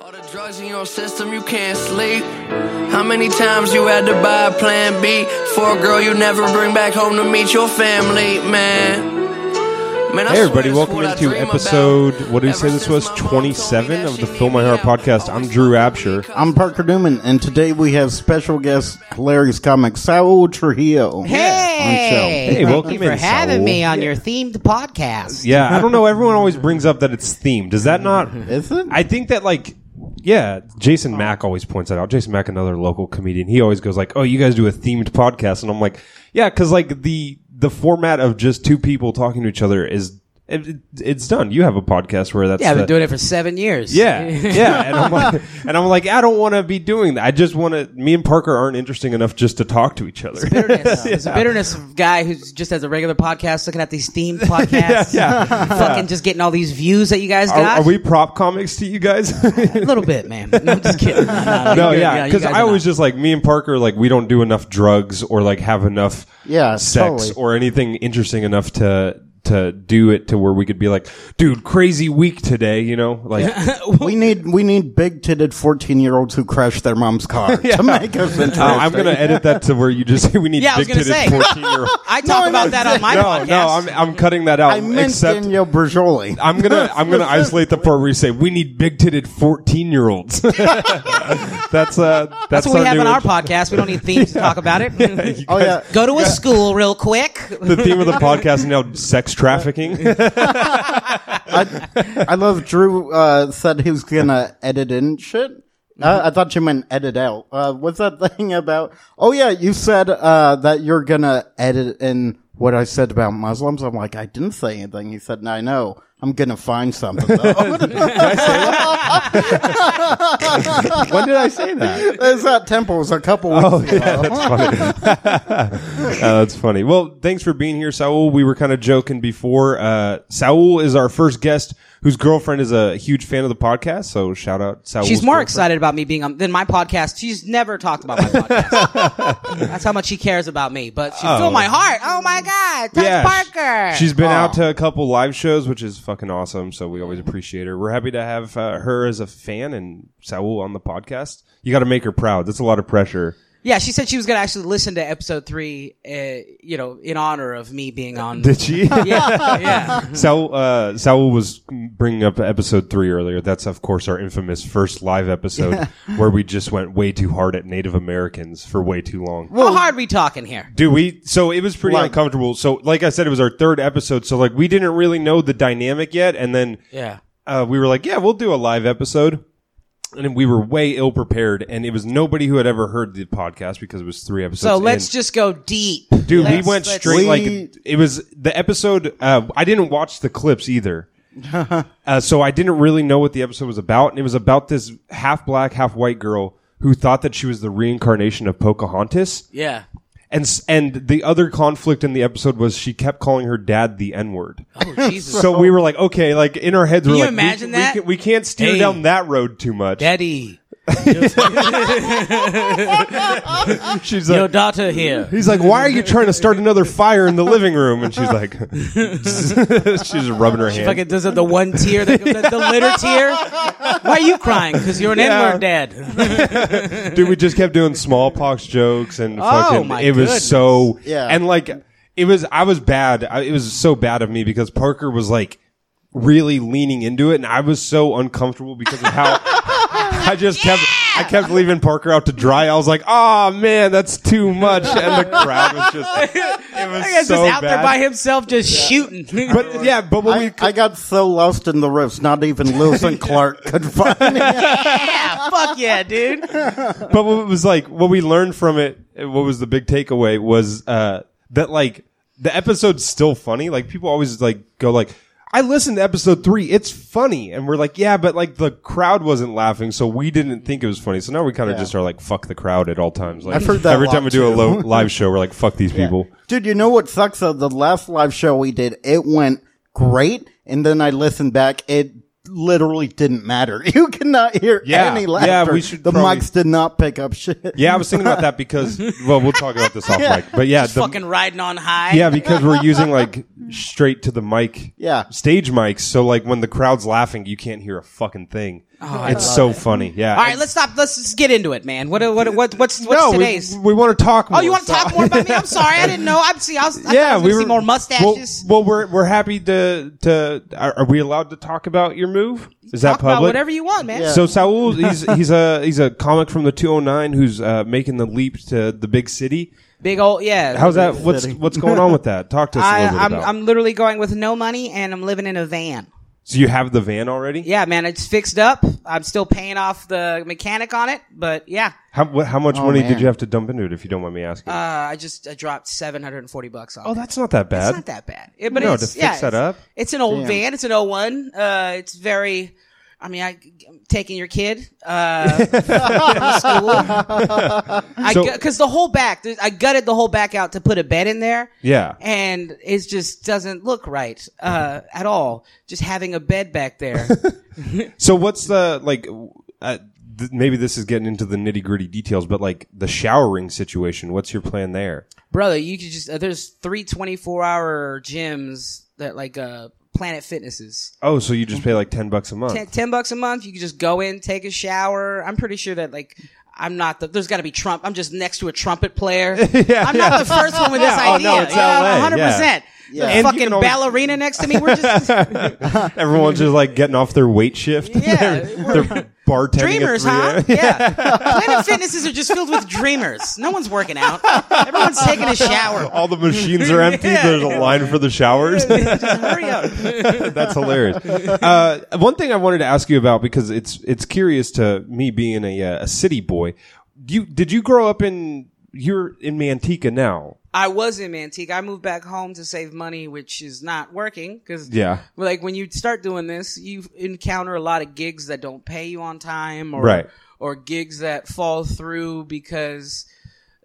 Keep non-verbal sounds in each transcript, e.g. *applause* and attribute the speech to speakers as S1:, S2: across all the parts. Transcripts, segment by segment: S1: All the drugs in your system, you can't sleep. How many times you had to buy a plan B for a girl you never bring back home to meet your family, man? man I swear
S2: Hey everybody,
S1: that's
S2: welcome
S1: what I
S2: into
S1: dream about.
S2: episode, what did we
S1: Ever
S2: say this
S1: since
S2: was?
S1: my mom told me
S2: 27
S1: that
S2: of
S1: she
S2: the Fill My Heart
S1: needed me out.
S2: podcast. I'm Drew Absher.
S3: I'm Parker Newman, and today we have special guest hilarious comic Saul Trujillo.
S4: Hey,
S3: On show.
S2: Hey, welcome
S4: thank you for
S2: in,
S4: having
S2: Saul.
S4: me on your themed podcast.
S2: Yeah, I don't know, everyone always brings up that it's themed. Does that
S1: *laughs*
S2: not...
S3: Is it?
S2: I think that like... Yeah, Jason Mack always points that out. Jason Mack, another local comedian, he always goes like, "Oh, you guys do a themed podcast," and I'm like, "Yeah," because like the the format of just two people talking to each other is it, it- it's done. You have a podcast where that's
S4: Yeah, I've
S2: the-
S4: been doing it for seven years. *laughs*
S2: Yeah, yeah. And I'm like, and I'm like, I don't want to be doing that. I just want to. Me and Parker aren't interesting enough just to talk to each other. *laughs*
S4: Bitterness. It's a bitterness of guy who just has a regular podcast looking at these
S2: *laughs*
S4: themed podcasts.
S2: Yeah, yeah.
S4: *laughs* Fucking just getting all these views that you guys
S2: Are,
S4: got.
S2: are we prop comics to you guys? *laughs*
S4: A little bit, man. No, I'm just kidding. No, no,
S2: no,
S4: you're good.
S2: yeah.
S4: you
S2: Because
S4: guys
S2: I
S4: are
S2: was
S4: not.
S2: just like, me and Parker, like, we don't do enough drugs or like have enough
S3: Yeah,
S2: sex
S3: totally.
S2: or anything interesting enough to to do it to where we could be like, dude, crazy week today, you know? Like,
S4: *laughs*
S3: we need we need big titted fourteen year olds who crash their mom's car to make us interesting.
S2: uh, I'm going to edit that to where you just say we need
S4: Yeah, I was gonna say.
S2: 14 year old.
S4: I talk about that on *laughs* my
S2: no,
S4: podcast.
S2: no, I'm, I'm cutting that out.
S3: I meant
S2: except
S3: Daniel Bergioli.
S2: I'm gonna I'm gonna isolate the part where you say we need big titted fourteen year *laughs* olds. that's uh that's,
S4: That's what we
S2: our
S4: have
S2: new
S4: on our
S2: intro.
S4: podcast. We don't need themes to
S2: *laughs*
S4: talk about it.
S3: oh yeah,
S4: Go to a school real quick.
S2: The theme of the podcast is now sex trafficking.
S3: *laughs* I, I love Drew uh, said he was gonna edit in shit. Uh, I thought you meant edit out. Uh, what's that *laughs* thing about? Oh yeah, you said uh, that you're gonna edit in what I said about Muslims. I'm like, I didn't say anything. He said, no, I know. I'm gonna find something. Though. *laughs*
S2: when did I say *laughs* that?
S3: It's at temples a couple weeks ago.
S2: *laughs* Uh, that's funny. Well, thanks for being here, Saul. We were kind of joking before. Uh, Saul is our first guest, whose girlfriend is a huge fan of the podcast. So shout out, Saul.
S4: She's more excited about me being on than my podcast. She's never talked about my
S2: *laughs*
S4: podcast. That's how much she cares about me. But she filled my heart. Oh my god, touch Parker.
S2: She's been out to a couple live shows, which is fucking awesome. So we always appreciate her. We're happy to have uh, her as a fan and Saul on the podcast. You got to make her proud. That's a lot of pressure.
S4: yeah. She said she was gonna actually listen to episode three. Uh, you know, in honor of me being on.
S2: Did *laughs* she?
S4: yeah, *laughs* yeah.
S2: Saul, uh, Saul was bringing up episode three earlier. That's, of course, our infamous first live *laughs* episode where we just went way too hard at Native Americans for way too long.
S4: How hard we talking here?
S2: Dude, we so it was pretty
S3: Like-
S2: uncomfortable. So, like I said, it was our third episode. So, like, we didn't really know the dynamic yet. And then
S4: Yeah.
S2: uh, we were like, yeah, we'll do a live episode. And then we were way ill prepared, and it was nobody who had ever heard the podcast because it was three episodes.
S4: So let's
S2: in.
S4: just go deep,
S2: dude,
S4: Let's-
S2: we went
S4: let's-
S2: straight
S3: We-
S2: like it was the episode. Uh, I didn't watch the clips
S4: *laughs*
S2: either, uh, so I didn't really know what the episode was about. And it was about this half black, half white girl who thought that she was the reincarnation of Pocahontas,
S4: Yeah.
S2: and s- and the other conflict in the episode was she kept calling her dad the N word.
S4: Oh Jesus,
S2: *laughs* So we were like, okay, like in our heads, we're
S4: you
S2: like, we-
S4: imagine
S2: we,
S4: that?
S2: can- we can't steer
S4: Hey.
S2: down that road too much.
S4: Daddy,
S2: *laughs* She's
S4: your
S2: like,
S4: *laughs* daughter here.
S2: he's like, why are you trying to start another fire in the living room? And she's
S4: *laughs*
S2: like, *laughs* she's rubbing her hand.
S4: Fucking does it the one tear, the, the, the litter tear. Why are you crying? Because you're an
S2: Yeah. *laughs*
S4: N-word dad.
S2: Dude, we just kept doing smallpox jokes and
S4: Oh,
S2: fucking.
S4: my
S2: it was
S4: goodness.
S2: so
S3: Yeah.
S2: and like it was. I was bad. I, it was so bad of me because Parker was like really leaning into it, and I was so uncomfortable because of how *laughs* I just kept. I kept leaving Parker out to dry. I was like, "Ah, man, that's too much," and the crowd was
S4: *laughs*
S2: just. It was
S4: That guy's
S2: so
S4: just
S2: bad.
S4: out there by himself, just shooting.
S2: But yeah, but when we
S3: I, I got so lost in the riffs, not even Lewis and Clark could find me.
S4: yeah, fuck
S2: *laughs*
S4: yeah, dude.
S2: but what it was like what we learned from it what was the big takeaway was uh that like the episode's still funny like people always like go like i listened to episode three it's funny and we're like yeah but like the crowd wasn't laughing so we didn't think it was funny so now we kind of just are like fuck the crowd at all times like
S3: I've heard that
S2: every
S3: a
S2: time we
S3: lot,
S2: do a
S3: too.
S2: lo- live show we're like fuck these people
S3: Dude, you know what sucks though? The last live show we did, it went great, and then I listened back, it literally didn't matter. *laughs* You cannot hear
S2: Yeah.
S3: any
S2: Yeah,
S3: laughter.
S2: we should
S3: the
S2: probably-
S3: mics did not pick up shit.
S2: yeah i was thinking about that
S3: *laughs*
S2: because well we'll talk about this off mic but yeah the,
S4: fucking riding on high.
S2: yeah because we're using like straight to the mic
S3: Yeah.
S2: stage mics so like when the crowd's laughing you can't hear a fucking thing it's so funny. Yeah.
S4: Oh, All right, let's stop. Let's, let's get into it, man. What what what what's what's
S2: no, we,
S4: today's?
S2: we want to talk. More,
S4: oh, you want to
S2: so-
S4: talk more about me? I'm sorry, I didn't know. I'm see. I was, I yeah,
S2: yeah,
S4: I was
S2: we
S4: gonna
S2: were
S4: see more mustaches.
S2: Well, well, we're we're happy to to. Are, are we allowed to talk about your move? Is that
S4: talk
S2: public?
S4: about whatever you want, man.
S2: So Saul, he's he's a he's a comic from the 209 who's uh, making the leap to the big city.
S4: Big old yeah.
S2: How's that? What's
S3: City.
S2: what's going on with that? Talk to us a
S4: I,
S2: little bit
S4: I'm
S2: about.
S4: I'm literally going with no money and I'm living in a van.
S2: so you have the van already?
S4: Yeah, man, it's fixed up. I'm still paying off the mechanic on it, but yeah,
S2: How wh- how much money did
S3: man.
S2: you have to dump into it? If you don't mind me asking.
S4: Oh, uh, I just I dropped 740 bucks on.
S2: oh,
S4: it.
S2: that's not that bad.
S4: It's not that bad. It- but
S2: No,
S4: it's,
S2: to fix
S4: yeah,
S2: that
S4: it's-
S2: up?
S4: It's an old
S3: Damn.
S4: van. It's an 01. Uh, it's very. I mean, I taking your kid uh, from
S2: *laughs*
S4: school.
S2: So-
S4: Because the whole back, there's- I gutted the whole back out to put a bed in there.
S2: Yeah.
S4: and it just doesn't look right uh, at all. Just having a bed
S2: *laughs*
S4: back there.
S2: So what's the like? Uh, th- maybe this is getting into the nitty gritty details, but like the showering situation. What's your plan there?
S4: brother you could just uh, there's three 24 hour gyms that like uh planet fitnesses
S2: Oh, so you just pay like ten bucks a month.
S4: 10, 10 bucks a month you could just go in take a shower i'm pretty sure that like i'm not the there's got to be trump i'm just next to a
S2: *laughs*
S4: trumpet player i'm not the first one with this
S2: Yeah. Oh,
S4: idea
S2: no, it's
S4: You know,
S2: LA,
S4: 100%
S2: yeah.
S4: The
S2: And you
S4: fucking
S2: can always-
S4: ballerina next to me.
S2: *laughs*
S4: We're just
S2: *laughs* Everyone's just like getting off their weight shift.
S4: Yeah,
S2: *laughs* they're, they're bartending.
S4: dreamers,
S2: at 3
S4: huh?
S2: a.m.
S4: Yeah. Planet Fitnesses are just filled with dreamers. No one's working out. Everyone's taking a shower.
S2: *laughs* All the machines are empty.
S4: Yeah.
S2: There's a line for the showers.
S4: *laughs* Just hurry
S2: *laughs*
S4: up.
S2: That's hilarious. Uh, one thing I wanted to ask you about because it's it's curious to me being a, uh, a city boy. You did you grow up in you're in Manteca now?
S4: I was in Manteca. I moved back home to save money, which is not working because
S2: Yeah.
S4: like when you start doing this, you encounter a lot of gigs that don't pay you on time, or
S2: Right.
S4: or gigs that fall through because.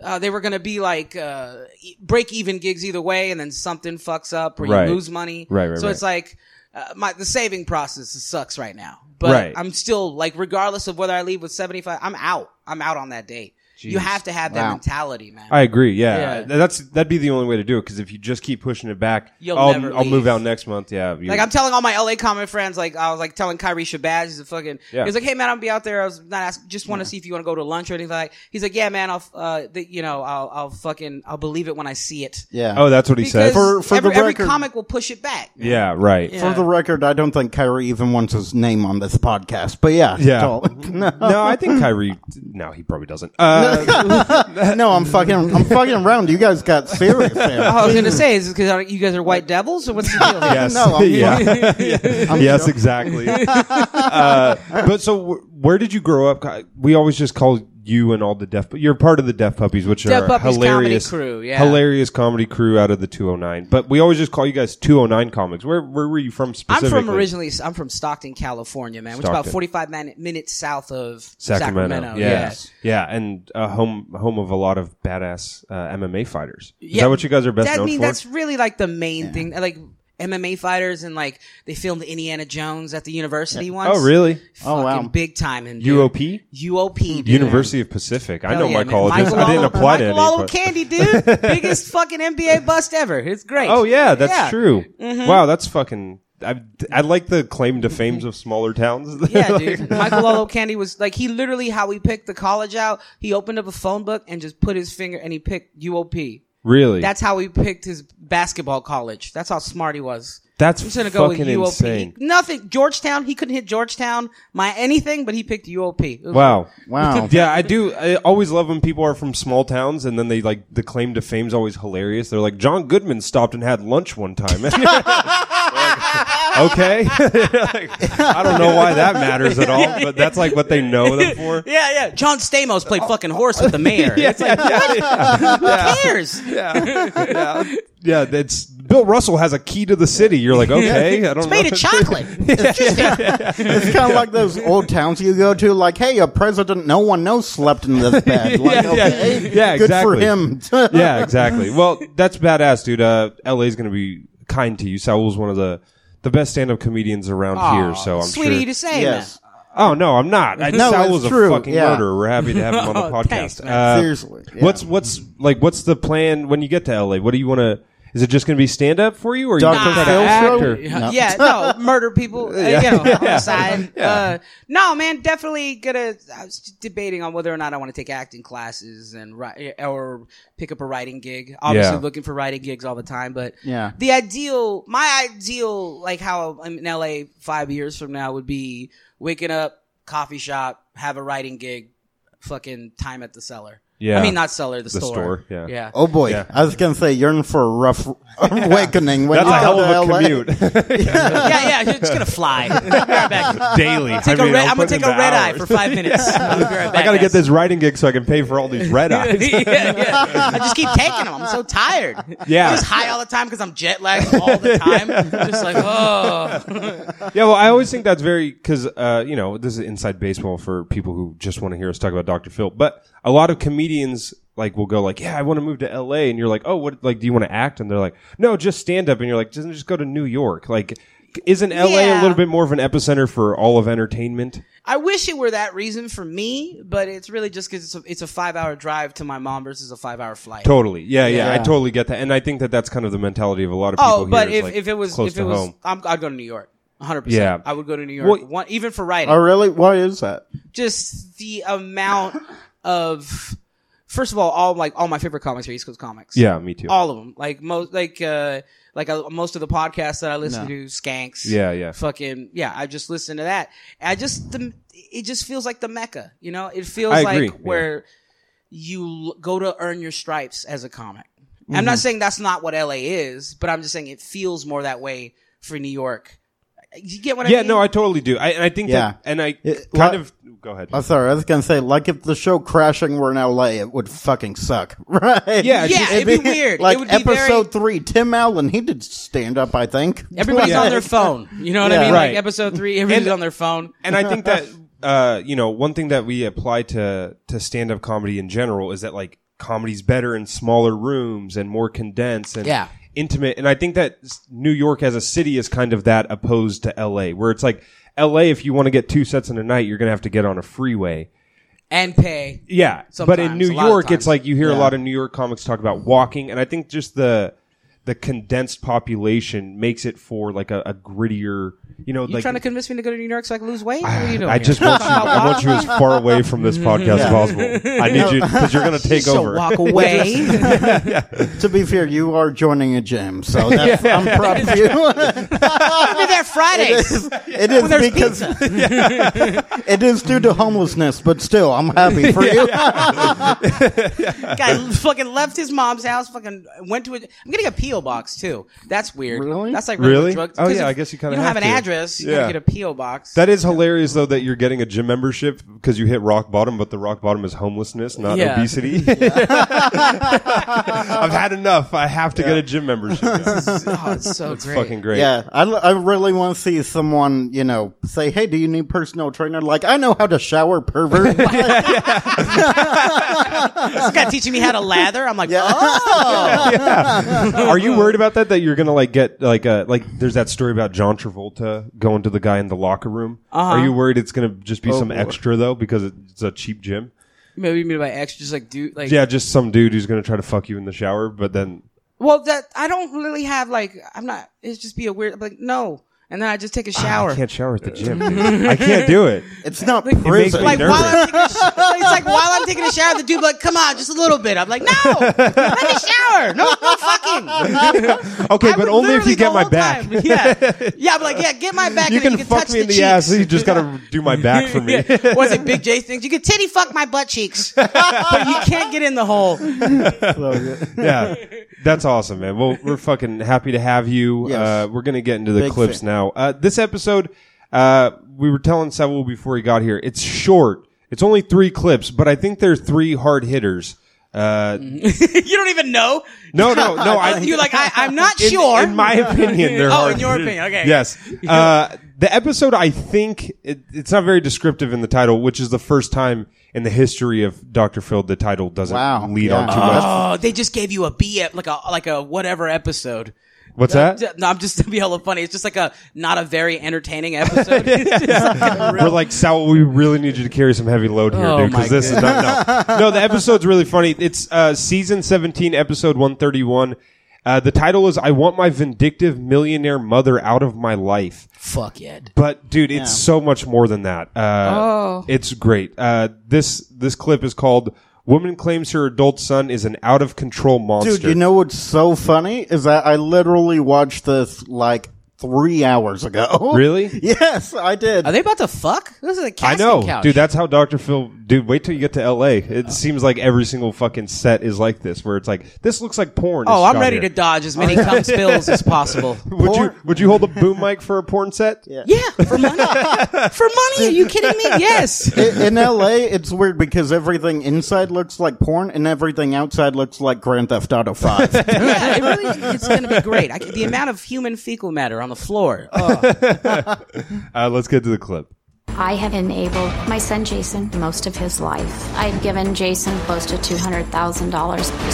S4: Uh, they were going to be like uh, break even gigs either way, and then something fucks up or you
S2: Right.
S4: lose money.
S2: Right, right,
S4: So it's like uh, my the saving process sucks right now. But
S2: Right.
S4: I'm still like, regardless of whether I leave with 75, I'm out. I'm out on that day. You have to have that
S3: Wow.
S4: mentality, man.
S2: I agree. Yeah,
S4: Yeah.
S2: that's that'd be the only way to do it. Because if you just keep pushing it back,
S4: You'll
S2: I'll,
S4: never
S2: I'll move
S4: leave.
S2: out next month. Yeah, you-
S4: Like I'm telling all my LA comic friends, like I was like telling Kyrie Shabazz, he's a fucking.
S2: Yeah.
S4: He's like, hey man, I'll be out there. I was not asking, just want to see if you want to go to lunch or anything. Like he's like, yeah man, I'll, f- uh, the, you know, I'll, I'll fucking, I'll believe it when I see it.
S3: *laughs* Yeah.
S2: oh, that's what he said.
S4: Because
S3: For- for the
S4: every, every
S3: record-
S4: comic will push it back.
S2: yeah, right.
S4: Yeah.
S3: For the record, I don't think Kyrie even wants his name on this podcast. But yeah,
S2: Yeah.
S3: tall. *laughs*
S2: *laughs* No, I think Kyrie. No, he probably doesn't. Uh,
S3: no, I'm fucking, I'm fucking around. You guys got serious.
S2: *laughs*
S4: Oh,
S3: There.
S4: I was gonna say, is because you guys are white devils or what's the deal? here?
S2: yes,
S3: No, I'm-
S2: *laughs* yeah, yes, exactly.
S3: *laughs*
S2: uh, but so, wh- where did you grow up? Ky- We always just call you and all the deaf, but you're part of the Deaf Puppies, which
S4: Deaf
S2: are a
S4: Puppies comedy
S2: hilarious
S4: crew, yeah.
S2: hilarious comedy crew out of the 209. But we always just call you guys 209 comics. Where where were you from
S4: I'm
S2: specifically?
S4: from originally. I'm from Stockton, California, man, which is about
S2: Stockton.
S4: 45 min- minutes south of
S2: Sacramento.
S4: Sacramento.
S2: Yes. Yeah. and uh, home home of a lot of badass uh, MMA fighters. Is
S4: Yeah.
S2: that what you guys are best
S4: that
S2: known
S4: mean
S2: for?
S4: that's really like the main thing like MMA fighters and like they filmed Indiana Jones at the university once.
S2: oh, really?
S3: Oh, wow.
S4: Fucking big time in dude.
S2: UOP?
S4: UOP dude.
S2: University of Pacific. I
S4: Hell
S2: know
S4: yeah,
S2: my
S4: man.
S2: college.
S4: Michael
S2: I didn't
S4: Alo-
S2: apply to
S4: Michael
S2: any.
S4: Alo
S2: but-
S4: Candy,
S2: *laughs*
S4: dude, biggest fucking NBA bust ever. It's great.
S2: Oh yeah, that's true.
S4: Mm-hmm.
S2: Wow, that's fucking. I, I like the claim to fames of smaller towns. *laughs*
S4: Yeah,
S2: Like,
S4: dude. Michael Lolo Candy was like he literally how he picked the college out. He opened up a phone book and just put his finger and he picked UOP.
S2: really?
S4: That's how he picked his basketball college. That's how smart he was.
S2: That's
S4: I'm just gonna go with
S2: fucking
S4: UOP.
S2: insane.
S4: He- nothing. Georgetown. He couldn't hit Georgetown. My anything, but he picked UOP. It was-
S2: Wow.
S3: Wow.
S2: *laughs* Yeah, I do. I always love when people are from small towns and then they like the claim to fame's always hilarious. They're like, John Goodman stopped and had lunch one time. *laughs* Like, okay. *laughs* Like, I don't know why that matters at all, but that's like what they know them for.
S4: *laughs* Yeah, yeah. John Stamos played
S2: Oh.
S4: fucking
S2: *laughs*
S4: horse with the mayor. It's like who cares?
S2: Yeah. Yeah, that's Bill Russell has a key to the city. You're like, okay, I don't know.
S4: Made
S2: *laughs*
S4: of chocolate.
S3: It's kind of like those old towns you go to. Like, hey, a president no one knows slept
S2: *laughs*
S3: in this bed. Like,
S2: Yeah, yeah.
S3: okay,
S2: Yeah,
S3: good for
S2: exactly.
S3: him. *laughs*
S2: yeah, exactly. Well, that's badass, dude. Uh, LA's going to be kind to you. Saul's one of the the best stand up comedians around here, so I'm
S4: Sweetie
S2: sure.
S4: to say
S3: Yes.
S4: that.
S2: Oh no, I'm not. I,
S3: No,
S2: Saul's
S3: it's
S2: a
S3: true.
S2: fucking
S3: Yeah.
S2: murderer. We're happy to have him on the
S4: Oh,
S2: podcast.
S4: *laughs* thanks, man.
S2: Uh,
S3: Seriously. Yeah.
S2: What's what's like? What's the plan when you get to LA? What do you want to? Is it just going to be stand up for you, or are you
S3: Dr.
S2: gonna try to
S3: Phil
S2: act,
S3: show?
S2: or-
S3: No.
S4: Yeah,
S2: *laughs*
S4: no, murder people, uh, you know, on the side. Uh, no, man, definitely gonna. I was debating on whether or not I want to take acting classes and ri- or pick up a writing gig. Obviously,
S2: Yeah.
S4: looking for writing gigs all the time, but
S3: Yeah.
S4: the ideal, my ideal, like how I'm in LA five years from now would be waking up, coffee shop, have a writing gig, fucking time at the cellar.
S2: Yeah.
S4: I mean not cellar, the,
S2: The
S4: store.
S2: store, yeah.
S4: yeah.
S3: Oh boy, I was gonna say you're in for
S2: *laughs*
S3: a rough awakening when
S2: That's
S3: you
S2: a
S3: go
S2: hell
S3: to
S2: of a
S3: LA.
S4: *laughs*
S2: commute.
S4: yeah, yeah, you're just gonna fly.
S2: *laughs*
S4: Be right back.
S2: Daily.
S4: Take a red, I'm gonna take a red eye for five
S2: *laughs*
S4: minutes. I'll be right back,
S2: I gotta get
S4: guys.
S2: this writing gig so I can pay for all these
S4: *laughs*
S2: red eyes. *laughs*
S4: yeah, yeah. I just keep taking them. I'm so tired.
S2: Yeah.
S4: just high all the time because I'm jet lagged
S2: *laughs*
S4: all the time. Just like oh,
S2: Yeah, well, I always think that's very because uh, you know this is inside baseball for people who just want to hear us talk about Dr. Phil. But a lot of comedians like will go like, "Yeah, I want to move to L.A." and you're like, "Oh, what? Like, do you want to act?" and they're like, "No, just stand up." and you're like, "Doesn't just go to New York?" Like, isn't L.A. a
S4: Yeah.
S2: little bit more of an epicenter for all of entertainment?
S4: I wish it were that reason for me, but it's really just because it's a, it's a five hour drive to my mom versus a five hour flight.
S2: Totally. Yeah, yeah, I totally get that, and I think that that's kind of the mentality of a lot of people.
S4: Oh,
S2: here
S4: but
S2: is,
S4: if,
S2: like,
S4: if it was
S2: close
S4: if
S2: to
S4: it was,
S2: home.
S4: I'm, I'd go to New York. 100%.
S2: Yeah.
S4: I would go to New York.
S2: Well-
S4: one, even for writing.
S3: Oh really? Why is that?
S4: just the amount of first of all, all like all my favorite comics are East Coast comics.
S2: yeah, me too.
S4: all of them. Like most, like uh, like uh, most of the podcasts that I listen to, Skanks.
S2: Yeah, yeah.
S4: Fucking yeah, I just listen to that. I just the, it just feels like the mecca. You know, it feels
S2: I
S4: like
S2: agree, yeah.
S4: where you l- go to earn your stripes as a comic. I'm
S2: Mm-hmm.
S4: not saying that's not what LA is, but I'm just saying it feels more that way for New York. You get what I
S2: yeah,
S4: mean?
S2: no, I totally do. I, and I think that,
S3: Yeah.
S2: and I
S3: It-
S2: kind
S3: lo-
S2: of go ahead.
S3: I'm sorry, I was gonna say like if the show Crashing were in LA, it would fucking suck, *laughs* right?
S2: Yeah,
S4: Yeah, it'd be weird. It
S3: Like
S4: would be
S3: episode three, Tim Allen, he did stand up, I think.
S4: Everybody's
S2: Yeah.
S4: on their phone. You know what I
S3: Yeah.
S4: mean?
S2: Right.
S4: Like episode three, everybody's on their phone.
S2: and I think
S4: *laughs*
S2: that uh, you know one thing that we apply to to stand up comedy in general is that like comedy's better in smaller rooms and more condensed and
S4: Yeah.
S2: intimate. And I think that s- New York as a city is kind of that opposed to L.A., where it's like L.A. If you want to get two sets in a night, you're gonna have to get on a freeway.
S4: And pay.
S2: Yeah, but in
S4: Sometimes,
S2: New
S4: a lot of
S2: York,
S4: times.
S2: it's like you hear a lot of New York comics talk about walking, and I think just the the condensed population makes it for like a, a grittier, you know,
S4: You
S2: like
S4: trying to convince me to go to New York so I can lose weight? What are you doing?
S2: I
S4: here?
S2: just want you. I want you as far away from
S4: *laughs*
S2: this podcast as possible. I need you because you're going to take
S4: so
S2: over.
S4: walk
S2: *laughs*
S4: *laughs* away.
S3: to be fair, you are joining a gym,
S2: *laughs*
S3: so that's, I'm proud of you. *laughs*
S4: I'll be *laughs* there Friday.
S3: it is, it is
S4: there's
S3: because
S2: *laughs*
S3: it is due to homelessness, but still, I'm
S2: *laughs*
S3: happy for you.
S4: *laughs* Guy fucking left his mom's house. Fucking went to a. I'm getting a PO box too. That's weird.
S3: Really?
S4: That's like regular
S2: Really?
S4: drugs.
S2: Oh,
S4: 'Cause
S2: yeah,
S4: if
S2: I guess you kinda
S4: You don't have,
S2: have
S4: an
S2: to.
S4: address. You
S2: Yeah.
S4: gotta get a
S2: *laughs*
S4: PO box.
S2: That is hilarious, though, that you're getting a gym membership because you hit rock bottom, but the rock bottom is homelessness, not
S4: Yeah. *laughs*
S2: obesity. *laughs* I've had enough. I have to get a gym
S4: *laughs*
S2: membership. now.
S4: oh, it's so great.
S2: Fucking great.
S3: Yeah, I, l- I really want to see someone, you know, say, "Hey, do you need personal trainer?" Like, I know how to shower,
S4: *laughs*
S3: pervert.
S4: This guy teaching me how
S2: *laughs*
S4: to lather. I'm like, oh,
S2: Are you worried about that? That you're gonna like get like a like? There's that story about John Travolta going to the guy in the locker room.
S4: Uh-huh.
S2: Are you worried it's gonna just
S4: Oh,
S2: be some extra though because it's a cheap gym?
S4: maybe you mean by extra, just like dude, like
S2: Yeah, just some dude who's gonna try to fuck you in the shower, but then
S4: Well, that I don't really have like I'm not. It's just be a weird. I'm like no, and then I just take a shower.
S2: Ah, I can't shower at the
S4: *laughs*
S2: gym. dude. I can't do it.
S3: It's not
S2: makes
S3: prison.
S2: me
S4: like
S2: nervous.
S4: while I'm taking a sh- it's like while I'm taking a shower, the dude be like, "Come on, just a little bit." I'm like, "No, let me shower. No, no fucking."
S2: Okay,
S4: I
S2: but
S4: would
S2: only if
S4: literally
S2: you get
S4: the
S2: my
S4: whole
S2: back.
S4: time. *laughs* Yeah, yeah. I'm like, "Yeah, get my back."
S2: You
S4: and then
S2: can,
S4: you can
S2: fuck
S4: touch
S2: me in the
S4: cheeks.
S2: ass. You just
S4: *laughs*
S2: gotta do my back for me.
S4: Yeah. Was it Big J things? You can titty fuck my butt cheeks, *laughs* but you can't get in the hole. *laughs*
S2: yeah, that's awesome, man. Well, we're fucking happy to have you.
S3: Yes.
S2: Uh, we're gonna get into the
S3: Big
S2: clips
S3: fan.
S2: now. Uh, this episode, uh, we were telling Seville before he got here. It's short. It's only three clips, but I think they're three hard hitters. Uh,
S4: you don't even know.
S2: no,
S4: *laughs*
S2: no, no. I,
S4: You're Mm-hmm. like, I, I'm not
S2: in,
S4: sure.
S2: In my
S4: *laughs*
S2: opinion, they're
S4: Oh,
S2: hard.
S4: in your opinion, okay. *laughs*
S2: Yes. Uh, the episode, I think, it, it's not very descriptive in the title, which is the first time in the history of Dr. Phil the title doesn't
S3: *laughs* Wow.
S2: lead on
S3: Yeah. Ah.
S2: too much.
S4: Oh, they just gave you a B ep- like a like a whatever episode.
S2: What's that?
S4: No, I'm just *laughs* to be hella funny. It's just like a not a very entertaining episode.
S2: *laughs* We're like, Sal, we really need you to carry some heavy load here,
S4: Oh,
S2: dude, because
S4: my
S2: this is not. No. no, the episode's really funny. It's uh, season 17, episode 131. Uh, Uh, the title is "I Want My Vindictive Millionaire Mother Out of My Life."
S4: Fuck it.
S2: But dude, it's so much more than that. Uh,
S4: Oh.
S2: It's great. Uh, this this clip is called "Woman Claims Her Adult Son Is an Out of Control Monster."
S3: Dude, you know what's so funny is that I literally watched this like three hours ago. *laughs*
S2: Really?
S3: Yes, I did.
S4: Are they about to fuck? This is a
S2: I
S4: casting
S2: know,
S4: couch. Oh.
S2: dude. That's how Doctor Phil. Dude, wait till you get to L.A. It seems like every single fucking set is like this, where it's like this looks like porn.
S4: oh,
S2: is
S4: I'm
S2: shot
S4: ready
S2: here.
S4: to dodge as many *laughs* cum spills as possible.
S2: *laughs* Would you Would you hold a boom mic for a porn set? Yeah.
S4: *laughs* Yeah, for
S2: *laughs*
S4: money. for money? Are you kidding me? Yes.
S3: I- in LA, it's weird because everything inside looks like porn and everything outside looks like Grand Theft Auto
S2: *laughs*
S3: 5.
S4: yeah, it really, it's going to be great. I, c- the amount of human fecal matter on the floor. Oh,
S2: Uh, let's get to the clip.
S5: I have enabled my son Jason most of his life. I've given Jason close to $200,000,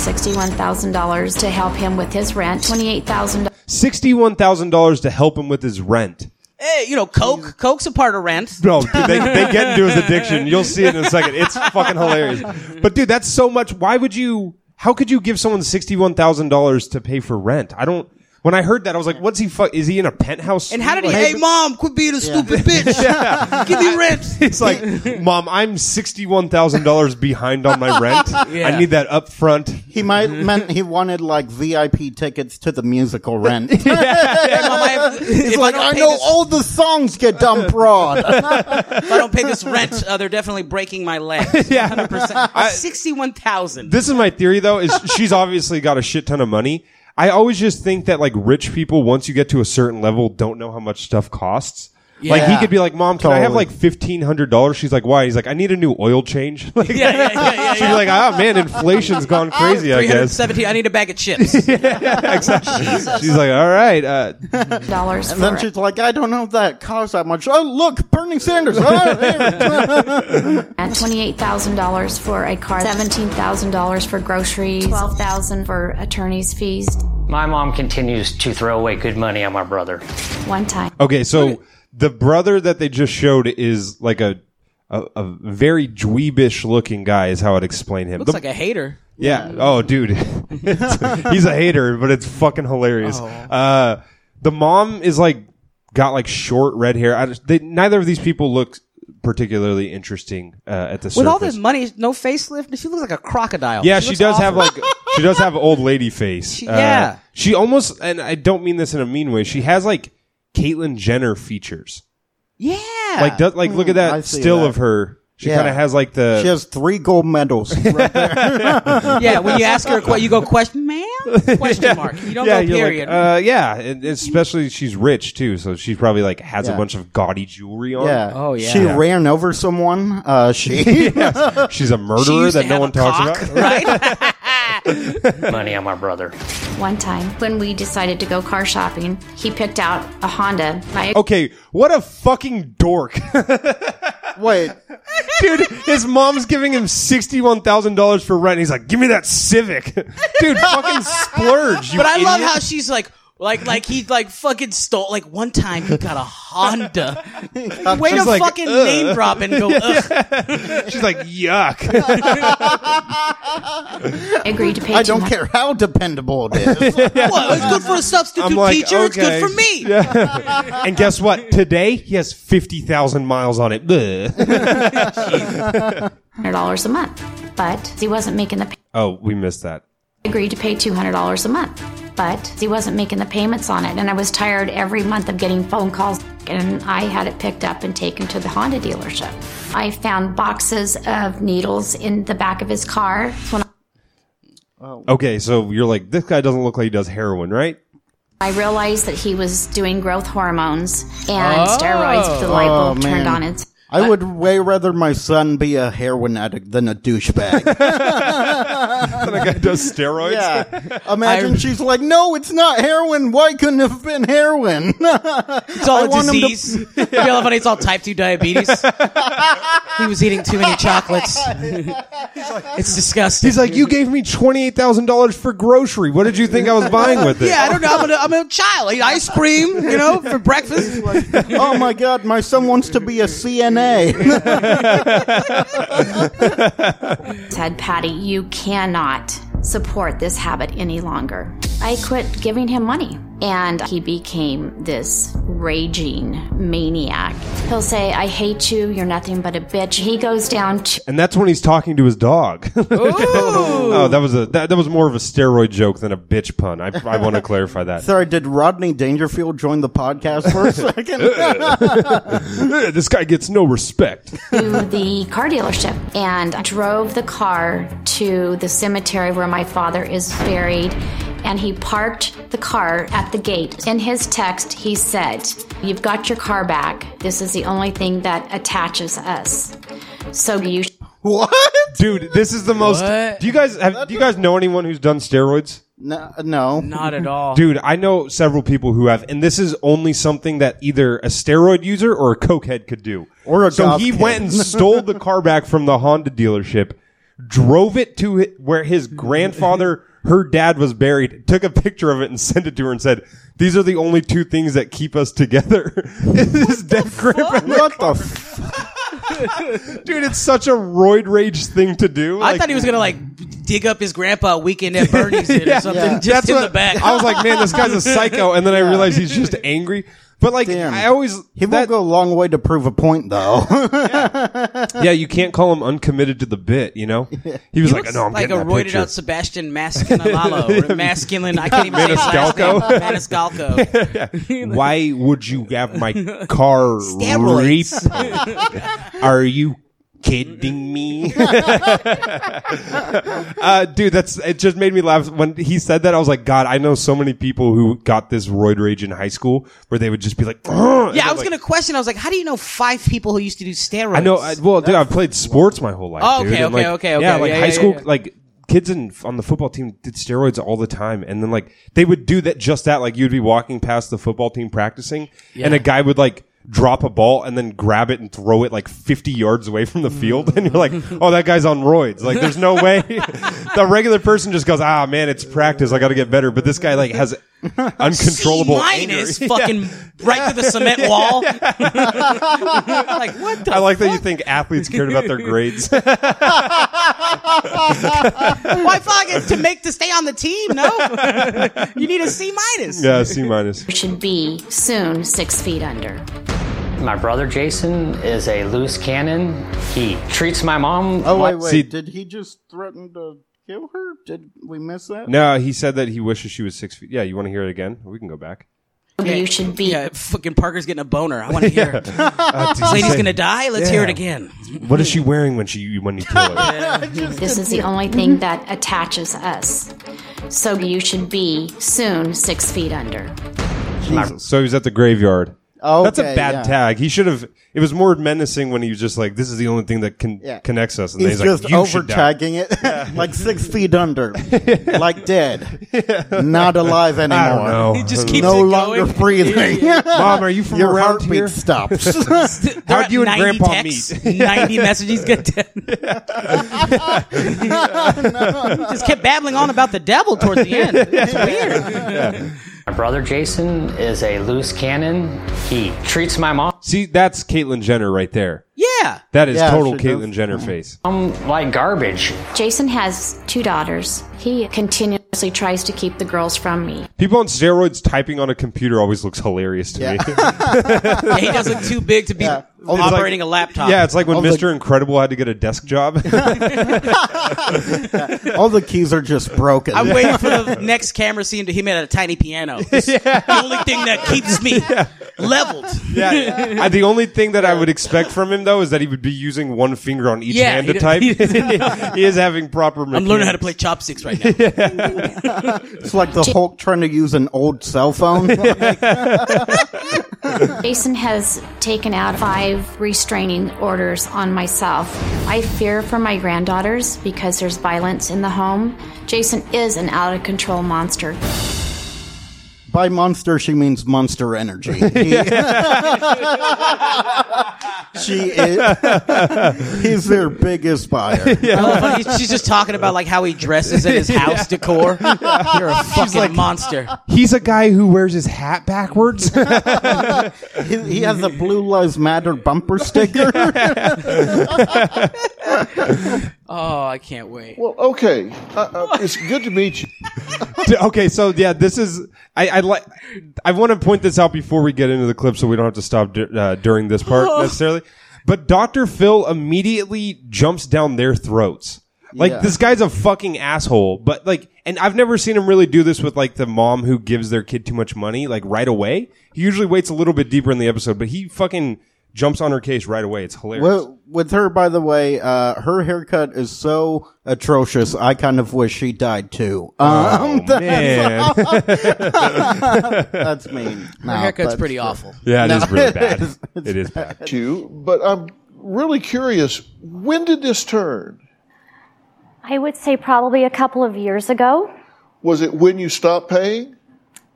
S5: $61,000 to help him with his rent, $28,000
S2: Sixty one thousand dollars to help him with his rent.
S4: hey, you know, Coke. Coke's a part of rent.
S2: No, dude, they, they get into his addiction. You'll see it in a second. It's fucking hilarious. But dude, that's so much. Why would you? How could you give someone sixty one thousand dollars to pay for rent? I don't. When I heard that, I was like, "What's he? Fu- is he in a penthouse?"
S4: And how did he,
S2: Like,
S4: hey, mom, quit being a stupid
S2: *laughs*
S4: bitch. Give me rent.
S2: It's
S4: *laughs*
S2: like, mom, I'm sixty one thousand dollars behind on my rent. I need that up front.
S3: he might meant he wanted like VIP tickets to the musical
S2: *laughs*
S3: rent.
S4: Hey, mom, I have-
S3: He's
S4: if
S3: like,
S4: don't
S3: I,
S4: pay
S3: know
S4: this-
S3: all the songs
S4: *laughs*
S3: get done broad.
S4: If I don't pay this rent, uh, they're definitely breaking
S2: *laughs*
S4: my legs. Yeah, hundred percent. Sixty-one thousand.
S2: This is my theory though,
S4: *laughs*
S2: is she's obviously got a shit ton of money. I always just think that like rich people, once you get to a certain level, don't know how much stuff costs. Like he
S3: Yeah.
S2: could be like, Mom, can I have
S3: Totally.
S2: like fifteen hundred dollars? She's like, Why? He's like, I need a new oil change. *laughs* Like,
S4: Yeah, yeah,
S2: *laughs*
S4: yeah, yeah,
S2: She's like, Ah man, inflation's
S4: *laughs*
S2: gone crazy, I
S4: Three hundred
S2: guess.
S4: seventeen. I need a bag of chips.
S2: She's like, All right,
S4: *laughs*
S2: uh,
S3: and then
S5: for
S3: she's like, I don't know if that costs that much. Oh, look, Bernie Sanders.
S4: *laughs*
S3: Oh, there.
S5: rent, $28,000 for a car, $17,000 for groceries, $12,000 for attorney's fees
S6: My mom continues to throw away good money on my brother.
S5: one time.
S2: Okay, so the brother that they just showed is like a a, a very dweebish looking guy is how I'd explain him.
S4: Looks
S2: The-
S4: like a hater.
S2: yeah.
S3: Mm.
S2: Oh, dude, *laughs* It's- he's a hater, but it's fucking hilarious.
S3: Oh.
S2: Uh, the mom is like got like short red hair. I just, they, neither of these people look particularly interesting uh, at the
S4: With
S2: surface.
S4: all this money, no facelift. She looks like a crocodile.
S2: Yeah, she,
S4: looks
S2: does have
S4: awful.
S2: like she does have old lady face. Uh,
S4: She- yeah.
S2: she almost, and I don't mean this in a mean way. She has like Caitlyn Jenner features.
S4: yeah.
S2: Like, does, like look at
S3: Hmm. I
S2: that
S3: see
S2: still
S3: that.
S2: of her. She
S3: Yeah.
S2: kind of has like the.
S3: she has three gold medals.
S4: yeah. When you ask her, a que- you go
S2: *laughs*
S4: question, ma'am? Question mark. You don't
S2: yeah,
S4: go
S2: you're like,
S4: period.
S2: uh, yeah, and especially she's rich too, so she probably like has a
S3: Yeah.
S2: bunch of gaudy jewelry on.
S3: Yeah.
S4: Oh, yeah.
S3: She
S4: Yeah.
S3: ran over someone. Uh,
S4: *laughs*
S2: *laughs*
S3: she.
S2: she's a
S4: She
S2: murderer
S4: used to
S2: that no
S4: have
S2: one
S4: a
S2: talks
S4: cock,
S2: about. *laughs*
S4: right?
S6: Money on my brother.
S5: One time when we decided to go car shopping, he picked out a Honda. My
S2: Okay, what a fucking dork, *laughs*
S3: Wait.
S2: dude! His mom's giving him sixty-one thousand dollars for rent. He's like, "Give me that Civic, *laughs* dude! Fucking splurge!" You
S4: But I love
S2: idiot.
S4: how she's like. Like, like he like fucking stole. Like one time he got a
S2: *laughs*
S4: Honda. Way to
S2: She's like,
S4: fucking
S2: "Ugh."
S4: name drop and go. Ugh.
S2: *laughs* she's like, "Yuck!" *laughs*
S5: I agreed to pay
S3: I
S5: two
S3: don't
S5: hun-
S3: care how dependable it
S4: *laughs*
S3: is.
S4: What? It's good for a substitute
S2: I'm like,
S4: teacher. It's
S2: okay.
S4: good for me.
S2: and guess what? Today he has fifty thousand miles on it. *laughs* Bleh.
S5: hundred dollars a month, but he wasn't making the. Pay-
S2: oh, we missed that.
S5: agreed to pay two hundred dollars a month, but he wasn't making the payments on it, and I was tired every month of getting phone calls, and I had it picked up and taken to the Honda dealership. I found boxes of needles in the back of his car when
S2: Okay, so you're like, this guy doesn't look like he does heroin, right? *laughs*
S5: I realized that he was doing growth hormones and steroids. but The light bulb
S3: Oh, man.
S5: turned on its.
S3: I would way rather my son be a heroin addict than a
S4: *laughs*
S3: douchebag.
S2: that guy does steroids.
S3: yeah. Imagine
S4: I-
S3: she's like, no, it's not heroin. Why couldn't it have been heroin? *laughs* Oh
S4: It's all a
S3: want him to-
S4: *laughs* disease. You know how funny it's all type 2 diabetes? he was eating too
S2: *laughs*
S4: many chocolates. it's disgusting.
S2: He's like, you gave me twenty eight thousand dollars for grocery. What did you think I was buying with it?
S4: *laughs* *laughs* yeah, I don't know. I'm, a, I'm a child. I eat ice cream, you know, for breakfast.
S3: oh my God, my son wants to be a CNA.
S5: said, Patty, you cannot support this habit any longer. I quit giving him money and he became this raging maniac. He'll say, I hate you, you're nothing but a bitch. He goes down to
S2: And that's when he's talking to his dog. *laughs*
S4: Ooh.
S2: oh, that was a that, that was more of a steroid joke than a bitch pun. I, I want to clarify that. *laughs*
S3: Sorry, did Rodney Dangerfield join the podcast for
S2: *laughs*
S3: a second?
S2: Eh, this guy gets no respect.
S4: *laughs*
S5: to the car dealership and drove the car to the cemetery where my father is buried. And he parked the car at the gate. In his text, he said, You've got your car back. This is the only thing that attaches us. So you sh-
S3: what?
S2: Dude, this is the most
S4: What?
S2: Do you guys have, do you guys know anyone who's done steroids?
S3: No, no.
S4: *laughs* Not at all.
S2: Dude, I know several people who have, and this is only something that either a steroid user or a cokehead could do.
S3: Or a
S2: so
S3: goth
S2: he
S3: kid.
S2: went and stole the car back from the Honda dealership, drove it to hi- where his grandfather, her dad was buried, took a picture of it and sent it to her and said, "These are the only two things that keep us together." *laughs* Is his dead grandpa.
S3: What
S2: *laughs*
S3: the? F-
S2: Dude, it's such a roid rage thing to do.
S4: I thought he was gonna like dig up his grandpa weekend
S2: *laughs*
S4: at Bernie's in or something,
S3: Yeah.
S4: *laughs* just in the back.
S2: I was like, man, this guy's a psycho, and then I realized he's just angry. But like,
S3: Damn.
S2: I always
S3: he
S2: that-
S3: won't go a long way to prove a
S2: *laughs*
S3: point, though.
S2: yeah, you can't call him uncommitted to the bit, you know? He was
S4: He
S2: like,
S4: looks
S2: no, I'm
S4: like a
S2: getting that
S4: roided
S2: picture.
S4: out Sebastian
S2: *laughs*
S4: Mascalinalo. or Masculin, I can't even say his last
S2: *laughs*
S4: name. Maniscalco.
S2: Why would you have my car raped? *laughs*
S4: Steroids.
S2: Are you kidding me? *laughs* uh, dude, that's it just made me laugh. When he said that, I was like, God, I know so many people who got this roid rage in high school where they would just be like, "Ugh,"
S4: Yeah, I
S2: and
S4: was
S2: like-
S4: gonna question. I was like, how do you know five people who used to do steroids?
S2: I know. I, well, dude, I've played sports my whole life.
S4: Oh,
S2: dude,
S4: okay,
S2: and,
S4: okay,
S2: like,
S4: okay, okay.
S2: Yeah, like
S4: Yeah,
S2: high
S4: yeah,
S2: school,
S4: yeah, yeah.
S2: like kids in on the football team did steroids all the time, and then like they would do that just that. Like you'd be walking past the football team practicing, and a guy would like drop a ball and then grab it and throw it like 50 yards away from the field and you're like
S4: Mm.
S2: oh that guy's on roids like there's no
S4: *laughs*
S2: way the regular person just goes ah man it's practice i gotta get better but this guy like
S4: *laughs*
S2: has uncontrollable anger.
S4: minus
S2: *laughs* Yeah.
S4: fucking right to the
S2: *laughs*
S4: cement wall. like what the?
S2: i like that you think athletes cared about their grades
S4: *laughs* Why fucking to make to stay on the team? No, *laughs* you need a C minus.
S2: yeah c minus
S5: should be soon six feet under.
S6: My brother Jason is a loose cannon. He treats my mom.
S3: oh wait,
S6: like-
S3: wait.
S2: See-
S3: did he just threaten to kill her? Did we miss that?
S2: No, he said that he wishes she was six feet. Yeah, you want to hear it again? We can go back.
S5: You should be
S4: Yeah, fucking Parker's getting a boner. I want
S2: *laughs*
S4: to hear. it.
S3: Ah,
S4: This lady's *laughs* gonna die. Let's hear it again.
S2: What is she wearing when she when you kill her?
S5: This is the only thing
S7: Mm-hmm.
S5: that attaches us. So you should be soon six feet under.
S2: so he's at the graveyard.
S3: Okay,
S2: that's a bad
S3: yeah.
S2: tag. He should have. It was more menacing when he was just like, "This is the only thing that can
S3: Yeah.
S2: connects us." And
S3: He's,
S2: then he's
S3: just
S2: like, "You
S3: over
S2: should die." *laughs*
S3: tagging it, like six feet under, like dead, not alive anymore.
S2: I don't know.
S4: He just keeps
S3: no
S4: it
S2: *laughs*
S3: longer
S4: *laughs* going.
S3: breathing. *laughs*
S2: Mom, are you from
S3: Your
S2: around
S3: heartbeat
S2: here? *laughs*
S3: stops.
S4: They're
S2: How'd
S4: at
S2: you and
S4: 90
S2: Grandpa
S4: texts, *laughs* Ninety messages. Get
S2: *laughs*
S4: Just kept babbling on about the devil towards
S2: *laughs*
S4: the end. It's weird.
S6: My brother Jason is a loose cannon. He treats my mom
S2: See, that's Caitlyn Jenner right there.
S4: Yeah.
S2: That is
S3: Yeah,
S2: total
S3: she does.
S2: Caitlyn Jenner face.
S6: like garbage.
S5: Jason has two daughters. He continuously tries to keep the girls from me.
S2: People on steroids typing on a computer always looks hilarious to me.
S3: *laughs*
S4: Yeah, he does look too big to be
S2: It's like-
S4: operating a laptop.
S2: Yeah, it's like when
S3: the-
S2: Mr. Incredible had to get a desk
S3: *laughs*
S2: job.
S3: All the keys are just broken.
S4: I'm waiting for the next camera scene to him at a tiny piano. It's The only thing that keeps me leveled.
S2: *laughs* Yeah, I, the only thing that I would expect from him though is that he would be using one finger on each
S4: Yeah,
S2: hand
S4: he
S2: to
S4: d-
S2: type.
S4: *laughs*
S2: *laughs*
S4: he
S2: he is having proper.
S4: I'm learning how to play chopsticks right now.
S3: It's like
S2: *laughs*
S3: the Hulk trying to use an old cell phone.
S5: Jason has taken out five restraining orders on myself. I fear for my granddaughters because there's violence in the home. Jason is an out of control monster.
S3: By monster, she means monster
S4: *laughs*
S3: energy. *laughs* she is. *laughs* he's their biggest
S4: *laughs*
S3: buyer.
S4: Oh, he's- She's just talking about like how he dresses and his house decor. You're a fucking monster.
S2: He's a guy who wears his hat backwards.
S4: *laughs*
S3: He, he has a Blue Lives Matter bumper sticker.
S4: Oh, I can't wait.
S8: Well, okay. Uh, uh, it's good to meet you.
S2: D- *laughs* okay, so yeah, this is I I like I want to point this out before we get into the clip, so we don't have to stop dur- uh, during this part necessarily. But Doctor Phil immediately jumps down their throats. Like
S3: Yeah.
S2: this guy's a fucking asshole, but like, and I've never seen him really do this with like the mom who gives their kid too much money like right away. He usually waits a little bit deeper in the episode, but he fucking jumps on her case right away. It's hilarious.
S3: Well, with her, by the way, uh, her haircut is so atrocious. I kind of wish she died too.
S4: Oh,
S3: Um,
S2: Man,
S3: *laughs* that's mean.
S4: Her
S3: No,
S4: haircut's
S3: but-
S4: pretty awful.
S2: yeah, it is really bad.
S3: is.
S2: It is bad.
S8: You, but I'm really curious. When did this turn?
S7: I would say probably a couple of years ago.
S8: Was it when you stopped paying?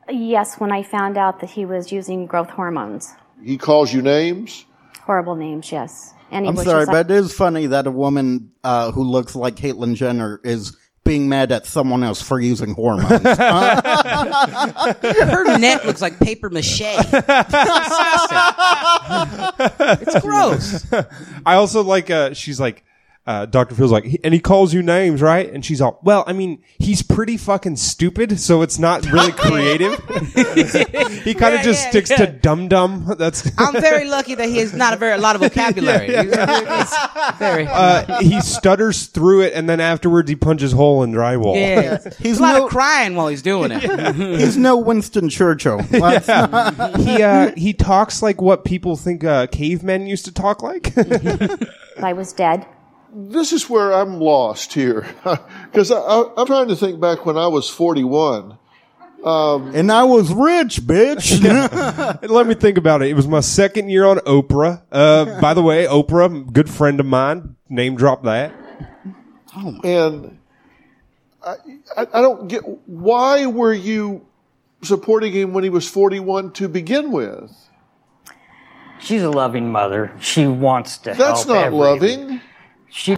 S7: Yes, when I found out that he was using growth hormones.
S8: He calls you names.
S7: Horrible names, yes. And he
S3: I'm
S7: wishes
S3: sorry,
S7: I-
S3: but it is funny that a woman uh, who looks like Caitlyn Jenner is being mad at someone else for using
S4: *laughs*
S3: hormones.
S4: Her neck looks like paper mache. It's disgusting. It's gross.
S2: I also like uh she's like uh Dr. Phil's like and he calls you names, right? And she's all, "Well, I mean, he's pretty fucking stupid, so it's not
S4: *laughs*
S2: really creative." he kind of
S4: Yeah,
S2: just
S4: yeah,
S2: sticks
S4: yeah.
S2: to dum dum. That's
S4: I'm very lucky that he has not a very lot of vocabulary. It's very.
S2: uh he stutters through it and then afterwards he punches hole in drywall.
S4: yeah.
S3: He's
S4: He's a lot
S3: no-
S4: of crying while he's doing it.
S3: He's no
S2: *laughs*
S3: Winston Churchill. That's not-
S2: He uh he talks like what people think uh cavemen used to talk like. *laughs*
S7: I was dead.
S8: This is where I'm lost here, *laughs* because I, I, I'm trying to think back when I was 41.
S3: and I was
S2: *laughs*
S3: rich, bitch.
S2: Let me think about it. It was my second year on Oprah. Uh by the way, Oprah, good friend of mine, name drop that.
S8: and I, I, I don't get why were you supporting him when he was 41 to begin with?
S6: She's a loving mother. She wants to
S8: That's
S6: help.
S8: not
S6: every-
S8: loving.
S6: She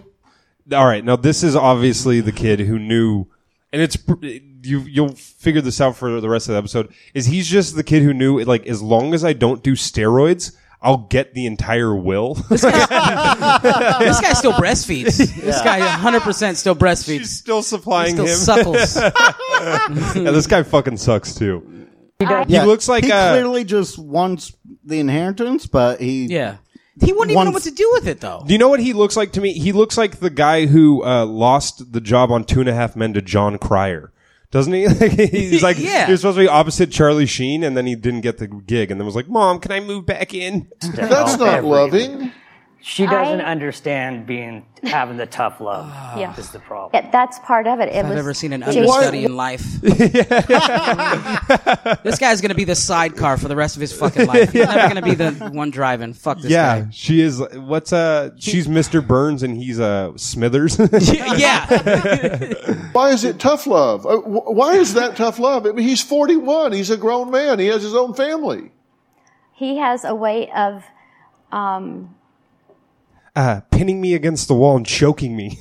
S2: all right now this is obviously the kid who knew and it's pr- you you'll figure this out for the rest of the episode is he's just the kid who knew like as long as i don't do steroids i'll get the entire will *laughs*
S4: This guy
S3: *laughs*
S4: still breastfeeds. This guy 100% still
S2: she's
S4: breastfeeds.
S2: still supplying
S4: Still
S2: him
S3: *laughs*
S4: suckles.
S2: yeah, this guy fucking sucks too
S3: Yeah,
S2: looks like,
S3: he
S2: uh,
S3: clearly just wants the inheritance, but he
S4: Yeah. He wouldn't even know
S3: Once-
S4: what to do with it, though.
S2: do you know what he looks like to me he looks like the guy who uh, lost the job on two and a half men to john cryer doesn't he? *laughs* Like,
S3: *laughs*
S2: he's like,
S4: Yeah.
S2: he was supposed to be opposite Charlie Sheen, and then he didn't get the gig, and then was like, "Mom, can I move back in?"
S6: wants to
S8: That's
S6: help
S8: not
S6: every-
S8: loving.
S6: She doesn't
S7: I-
S6: understand being having the tough love.
S7: *sighs* Yeah.
S6: is the problem.
S7: Yeah, that's part of it. it
S4: I've
S7: was
S4: never seen an
S7: just-
S4: understudy
S3: *laughs*
S4: in life. this guy's gonna be the sidecar for the rest of his fucking life. He's never gonna be
S3: *laughs*
S4: the one driving. Fuck this
S2: Yeah,
S4: guy.
S2: she is. What's uh? She's Mr. Burns and he's uh Smithers.
S4: *laughs* yeah.
S3: *laughs*
S8: Why is it tough love? Uh, wh- Why is that tough love? I mean, he's 41. He's a grown man. He has his own family.
S7: He has a way of. Um,
S2: *laughs* uh, pinning me against the wall and choking
S4: *laughs*
S2: me. *laughs* he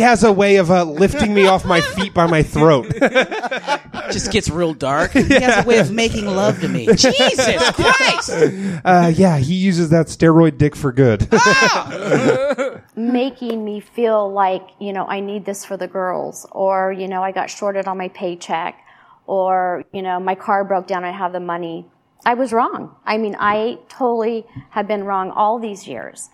S2: has a way of uh, lifting me off my feet by my
S4: *laughs*
S2: throat.
S4: Just gets real
S3: *laughs*
S4: dark. He has a way of making love to me. Jesus Christ!
S2: Uh, yeah, he uses that steroid dick for good.
S7: making me feel like, you know, I need this for the girls, or, you know, I got shorted on my paycheck, or, you know, my car broke down, I have the money. I was wrong. I mean, I totally have been wrong all these years.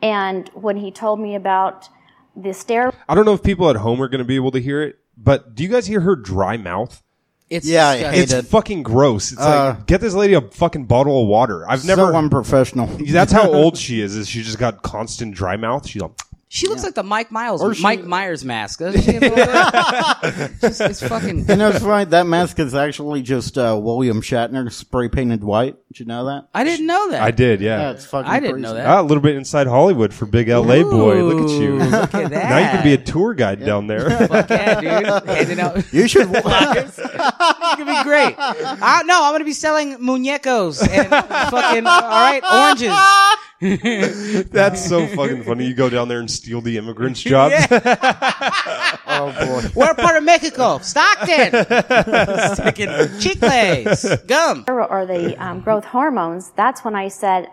S7: And when he told me about the steroids,
S2: I don't know if people at home are going to be able to hear it, but do you guys hear her dry mouth?
S4: It's
S3: Yeah, I
S4: disgusting.
S3: hate
S2: It's
S3: did.
S2: fucking gross. It's
S3: Uh,
S2: like get this lady a fucking bottle of water. I've never.
S3: so unprofessional.
S2: *laughs* that's how old she is. Is she just got constant dry mouth? She's like,
S4: She looks like the Mike Miles, Mike Myers mask. Doesn't she?
S3: *laughs*
S4: Just- it's fucking.
S3: And *laughs* that's right. That mask is actually just uh, William Shatner spray painted white. Did you know that?
S4: I didn't know that.
S2: I did, yeah.
S3: That's fucking.
S4: I didn't
S3: crazy.
S4: know that.
S2: Ah, a little bit inside Hollywood for big LA boy. Look at you.
S4: Ooh, Look at that.
S2: Now you can be a tour guide down there.
S4: Fuck *laughs* yeah, dude. Handing
S2: *laughs*
S4: out. It's
S3: You should.
S4: gonna be great. I, no, I'm gonna be selling muñecos and fucking all right oranges.
S2: That's so fucking funny. You go down there and steal the immigrants' jobs. *laughs*
S4: *laughs*
S3: oh boy.
S4: We're part of Mexico.
S2: *laughs*
S4: Stockton. Sticking chicles. Gum.
S6: *coughs*
S7: or the um, growth hormones, that's when I said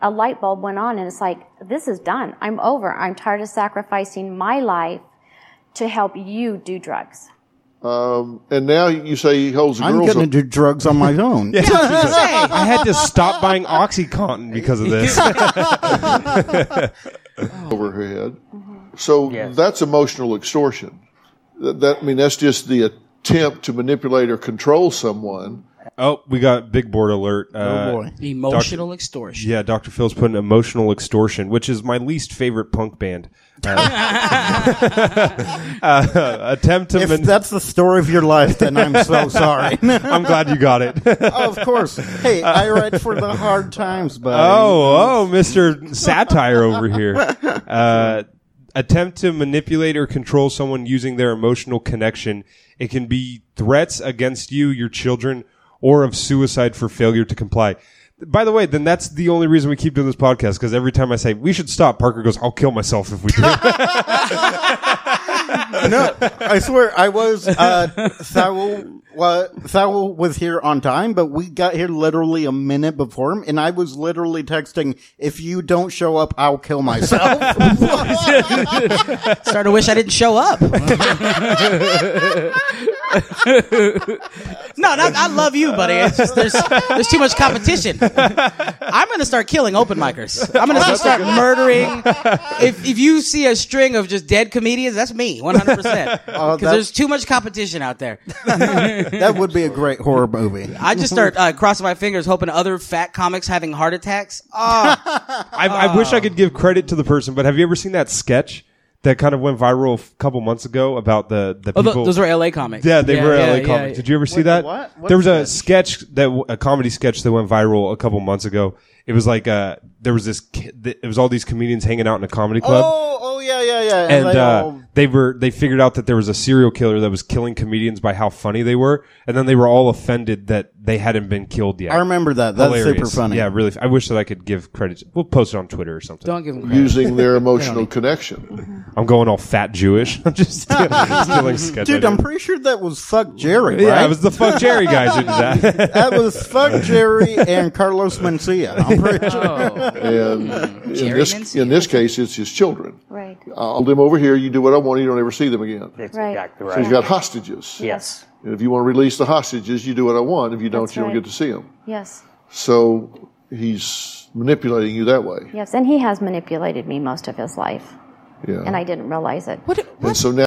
S7: a light bulb went on, and it's like this is done. I'm over. I'm tired of sacrificing my life to help you do drugs.
S8: Um, and now you say he holds the
S3: I'm
S8: girls.
S3: gonna
S8: Up.
S3: do drugs on my own.
S2: *laughs* I had to stop buying OxyContin because of
S4: *laughs*
S2: this.
S8: over her head.
S7: Mm-hmm.
S8: So
S6: Yeah.
S8: that's emotional extortion. That, that- I mean, that's just the attempt to manipulate or control someone.
S2: oh, we got big board alert.
S4: Oh,
S2: Uh,
S3: boy.
S4: Emotional extortion.
S2: Yeah, Dr. Phil's putting emotional extortion, which is my least favorite punk band.
S4: *laughs*
S2: Uh, *laughs* uh, attempt to.
S3: If
S2: man-
S3: that's the story of your life, then I'm
S2: *laughs*
S3: so sorry. *laughs*
S2: I'm glad you got it. *laughs*
S3: of course. Hey, I write for the hard times, buddy.
S2: Oh, oh, Mr. Satire over here. Uh, attempt to manipulate or control someone using their emotional connection. It can be threats against you, your children, or of suicide for failure to comply. By the way, then that's the only reason we keep doing this podcast because every time I say we should stop, Parker goes, "I'll kill myself if we do."
S3: no, I swear I was. Uh,
S2: *laughs*
S3: Thowel, uh, Thowel was here on time, but we got here literally a minute before him, and I was literally texting, "If you don't show up, I'll kill myself."
S2: *laughs*
S4: Started to wish I didn't show *laughs* up. no, that, I love you, buddy. It's just, there's there's too much competition. I'm gonna start killing open micers. I'm gonna start murdering. If if you see a string of just dead comedians, that's me, 100. *laughs* percent Because
S3: that-
S4: there's too much competition out there.
S3: that would be a great horror movie.
S4: I just start uh, crossing my fingers, hoping other fat comics having heart attacks. Oh,
S2: I, I wish I could give credit to the person, but have you ever seen that sketch that kind of went viral a f- couple months ago about the the
S4: oh,
S2: people?
S4: th- those were LA comics.
S2: Yeah, they were
S4: yeah,
S2: LA
S4: yeah,
S2: comics.
S4: yeah.
S2: Did you ever see
S3: Wait,
S2: that?
S3: what? What
S2: There was a sketch that w- a comedy sketch that went viral a couple months ago. It was like uh, there was this ki- th- it was all these comedians hanging out in a comedy club.
S3: Oh, um, oh yeah, yeah, yeah.
S2: And
S3: they
S2: uh,
S3: all-
S2: they were they figured out that there was a serial killer that was killing comedians by how funny they were, and then they were all offended that they hadn't been killed yet.
S3: I remember that. That's super funny.
S2: Yeah, really. f- I wish that I could give credit. to- We'll post it on Twitter or something.
S4: Don't give them
S3: *laughs*
S4: credit.
S8: Using their emotional connection.
S2: I'm going all fat Jewish. *laughs* I'm just
S3: *laughs*
S2: stealing, stealing sketch
S3: Dude, I'm
S2: ideas.
S3: pretty sure that was fuck Jerry,
S2: yeah,
S3: right?
S2: it was the fuck Jerry guys who did that.
S3: *laughs* that was fuck Jerry and Carlos Mencia. I'm pretty sure. *laughs*
S8: And in this,
S4: Mencia.
S8: in this case, it's his children.
S7: Right.
S8: I'll hold them over here. You do what I want. You don't ever see them again.
S6: That's
S7: Right.
S6: exactly
S8: So
S6: right.
S8: he's got hostages.
S6: yes.
S8: And if you want to release the hostages, you do what I want. If you don't,
S7: That's
S8: you
S7: right.
S8: don't get to see them.
S7: Yes.
S8: So he's manipulating you that way.
S7: Yes. And he has manipulated me most of his life,
S8: Yeah.
S7: and I didn't realize it.
S8: And so now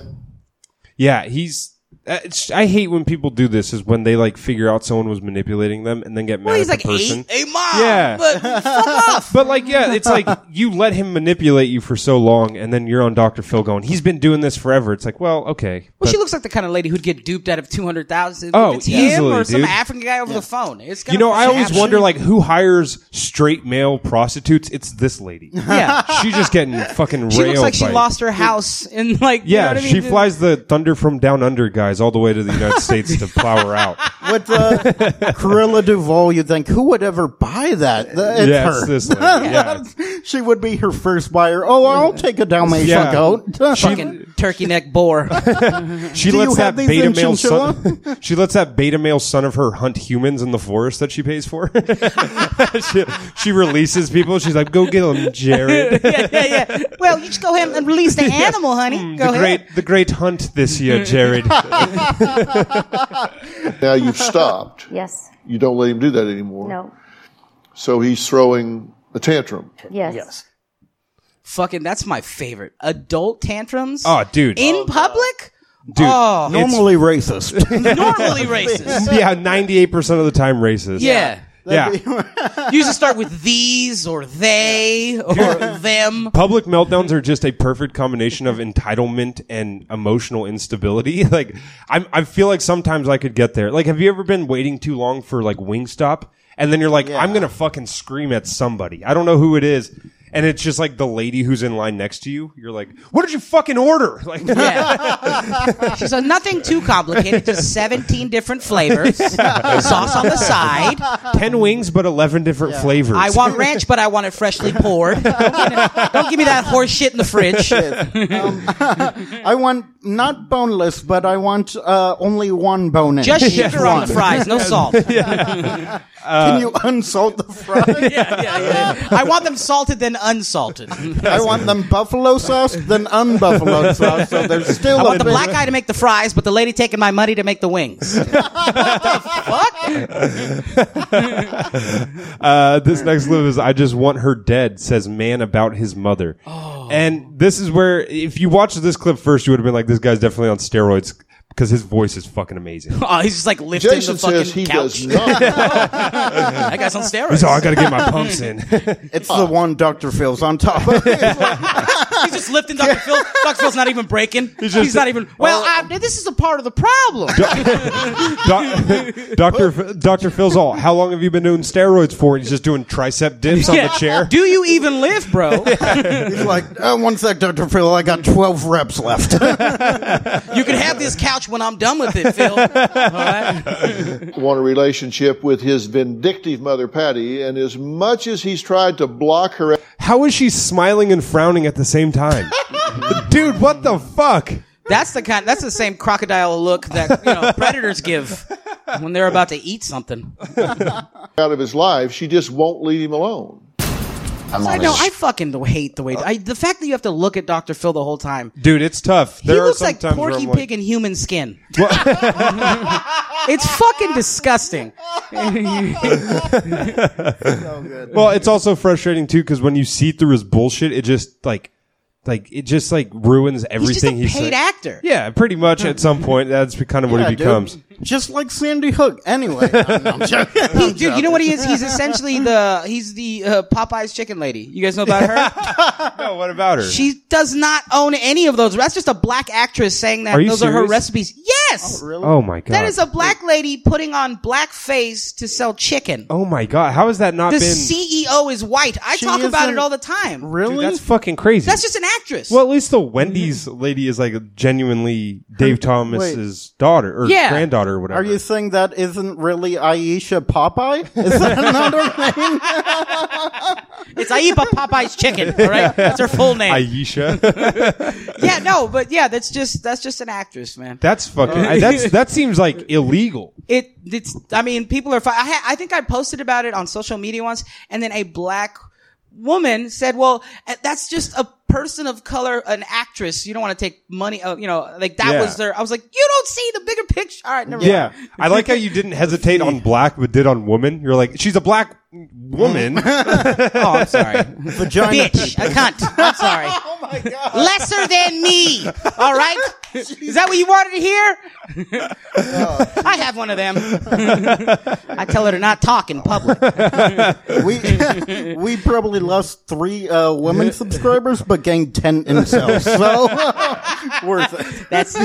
S2: Yeah, he's. uh, it's- I hate when people do this. Is when they like figure out someone was manipulating them and then get mad
S4: Well, he's
S2: at
S4: like
S2: the person.
S4: eight, eight mom.
S2: Yeah.
S4: but fuck off.
S2: But like, yeah, it's
S4: *laughs*
S2: like you let him manipulate you for so long, and then you're on Doctor Phil going, "He's been doing this forever." It's like, well, okay.
S4: Well,
S2: but-
S4: she looks like the kind of lady who'd get duped out of two hundred thousand.
S2: Oh,
S4: it's him
S2: easily,
S4: or some
S2: dude.
S4: African guy over the phone. It's
S2: you know, I
S4: gonna-
S2: always wonder like who hires straight male prostitutes. It's this lady.
S4: *laughs* Yeah,
S2: She's just
S4: *laughs*
S2: getting fucking
S4: she looks
S2: railed
S4: like she
S2: by-
S4: lost her house in like. you know
S2: Yeah,
S4: what I mean?
S2: she
S4: *laughs*
S2: flies the thunder from down under guys all the way to the United States to plow her out.
S3: with
S2: *laughs*
S3: uh, Cruella Duvall, you'd think who would ever buy that? The- It's
S2: yeah,
S3: her.
S2: it's this
S4: *laughs*
S2: lady. Yeah.
S3: *laughs* she would be her first buyer. Oh, I'll take a Dalmatian
S2: Yeah.
S3: goat. *laughs*
S4: Fucking turkey
S2: *laughs*
S4: neck boar. *laughs*
S2: She
S3: Do
S2: lets
S3: you
S2: that
S3: have these
S2: beta
S3: in
S2: male son. *laughs* she lets that beta male son of her hunt humans in the forest that she pays for. *laughs* she, she releases people. She's like, "Go get them, Jared."
S4: *laughs* yeah, yeah, yeah. Well, you just go ahead and
S2: *laughs*
S4: release the animal, honey. go
S2: Mm, the
S4: ahead.
S2: great, the great hunt this year,
S4: *laughs*
S2: Jared.
S7: *laughs*
S8: now you've stopped.
S7: Yes.
S8: You don't let him do that anymore.
S7: No.
S8: So he's throwing a tantrum.
S7: Yes.
S6: Yes.
S4: Fucking, that's my favorite. Adult tantrums
S2: oh, dude,
S4: in public.
S2: dude.
S4: Oh,
S2: *laughs*
S3: Normally racist.
S4: normally racist.
S2: Yeah, ninety-eight percent of the time racist.
S4: Yeah.
S2: yeah.
S4: You usually start with these or they or them.
S2: Public meltdowns are just a perfect combination of entitlement and emotional instability. *laughs* Like I'm, I feel like sometimes I could get there. Like, have you ever been waiting too long for like Wingstop, and then you're like, I'm gonna fucking scream at somebody. I don't know who it is, and it's just like the lady who's in line next to you. You're like, what did you fucking order? *laughs* Like,
S4: Yeah. She said nothing too complicated, just 17 different flavors, sauce on the side.
S2: ten wings, but eleven different flavors.
S4: I want ranch, but I want it freshly poured. Don't, get- don't give me that horse shit in the fridge.
S3: I want not boneless, but I want uh, only one bone
S2: *laughs*
S3: in.
S4: Just
S3: Each
S4: sugar on
S3: one.
S4: the fries, no salt.
S2: Uh,
S3: Can you unsalt the fries?
S2: *laughs*
S4: Yeah, yeah, yeah. I want them salted, then unsalted.
S3: I want them buffalo sauce,
S2: *laughs*
S3: then unbuffalo sauce. So they're still.
S4: I want
S3: a
S4: the
S3: bit-
S4: black guy to make the fries, but the lady taking my money to make the wings. what the
S2: *laughs*
S4: fuck?
S2: Uh, this next clip is I just want her dead, says man about his mother.
S4: Oh.
S2: And this is where, if you watched this clip first, you would have been like, this guy's definitely on steroids because his voice is fucking amazing.
S4: *laughs* Oh, he's just like lifting
S8: Jason
S4: the fucking
S8: says he
S4: couch.
S8: does not. *laughs*
S4: That guy's on steroids.
S2: He's all, I gotta get my pumps
S4: *laughs*
S2: in.
S3: It's the one Dr. Phil's on top of. *laughs* It's like,
S4: He's just lifting Dr. Phil. Dr. Phil's not even breaking. He's, not even. Well,
S2: "Oh."
S4: I, this is a part of the problem.
S2: Doc- *laughs* Doctor F- Doctor Phil's all. How long have you been doing steroids for? And he's just doing tricep dips
S4: *laughs*
S2: on the chair.
S4: Do you even live, bro?
S3: he's like, "Uh, one sec, Dr. Phil, I got 12 reps left. *laughs*
S4: You can have this couch when I'm done with it, Phil. All right?
S8: Want a relationship with his vindictive mother, Patty, and as much as he's tried to block her
S2: How is she smiling and frowning at the same
S4: *laughs*
S2: time? Dude, what the fuck?
S4: That's the kind. That's the same crocodile look that you know predators give when they're about to eat something.
S8: out of his life, she just won't leave him alone.
S4: I know. I fucking hate the way I, the fact that you have to look at Doctor Phil the whole time.
S2: Dude, it's tough. There
S4: he
S2: are
S4: looks
S2: some
S4: like
S2: times where
S4: Porky
S2: I'm like-
S4: Pig in human skin. *laughs* it's fucking disgusting.
S2: Well, it's also frustrating too because when you see through his bullshit, it just like, like it just like ruins
S4: He's just
S2: everything
S4: a
S2: he's
S4: paid
S2: saying.
S4: actor.
S2: Yeah, pretty much. At some point, that's kind of what
S3: Yeah,
S2: he
S3: dude.
S2: becomes.
S3: Just like Sandy Hook. Anyway. No, no, I'm joking.
S4: He, dude, you know what he
S2: *laughs*
S4: is? He's essentially the he's the uh, Popeyes chicken lady. You guys know about
S2: *laughs*
S4: her?
S2: No, what about her?
S4: she does not own any of those. That's just a black actress saying that
S2: Are you
S4: those are her
S2: serious?
S4: recipes. Yes,
S2: oh my god.
S4: that is a black lady putting on blackface to sell chicken.
S2: Oh my god. How has that not
S4: the
S2: been?
S4: CEO is white. I
S3: She
S4: talk about it
S3: isn't-
S4: all the time.
S3: Really?
S2: Dude, that's fucking crazy.
S4: That's just Mm-hmm. an actress.
S2: Well, at least the Wendy's lady is like genuinely Dave Thomas's daughter or
S4: Yeah.
S2: granddaughter or whatever.
S3: Are you saying that isn't really Aisha Popeye? Is that another name?
S4: it's Aiba Popeye's chicken. All right, that's her
S2: *laughs*
S4: full
S3: *laughs*
S4: name.
S2: Aisha?
S4: yeah, no, but yeah, that's just that's just an actress, man.
S2: that's fucking.
S3: Uh,
S2: I, that's that seems like illegal.
S4: It it's I mean, people are. Fi- I ha- I think I posted about it on social media once, and then a black woman said, "Well, uh, that's just a person of color, an actress. You don't want to take money. Uh, you know, like that
S2: Yeah.
S4: was their." I was like, "You don't see the bigger picture." All right, never
S2: Yeah,
S4: mind.
S2: I like how you didn't hesitate on black, but did on woman. You're like, she's a black woman.
S4: Oh, I'm *laughs* sorry,
S3: Vagina
S4: bitch, a cunt. I'm sorry. *laughs* oh my god, lesser than me. All *laughs* right, is that what you wanted to *laughs* hear? I have one of them. *laughs* I tell her to not talk in public.
S3: we we *laughs* probably lost three uh, women subscribers, but gained ten incels. So *laughs* worth it.
S2: *laughs*
S3: *laughs*
S4: That's *laughs*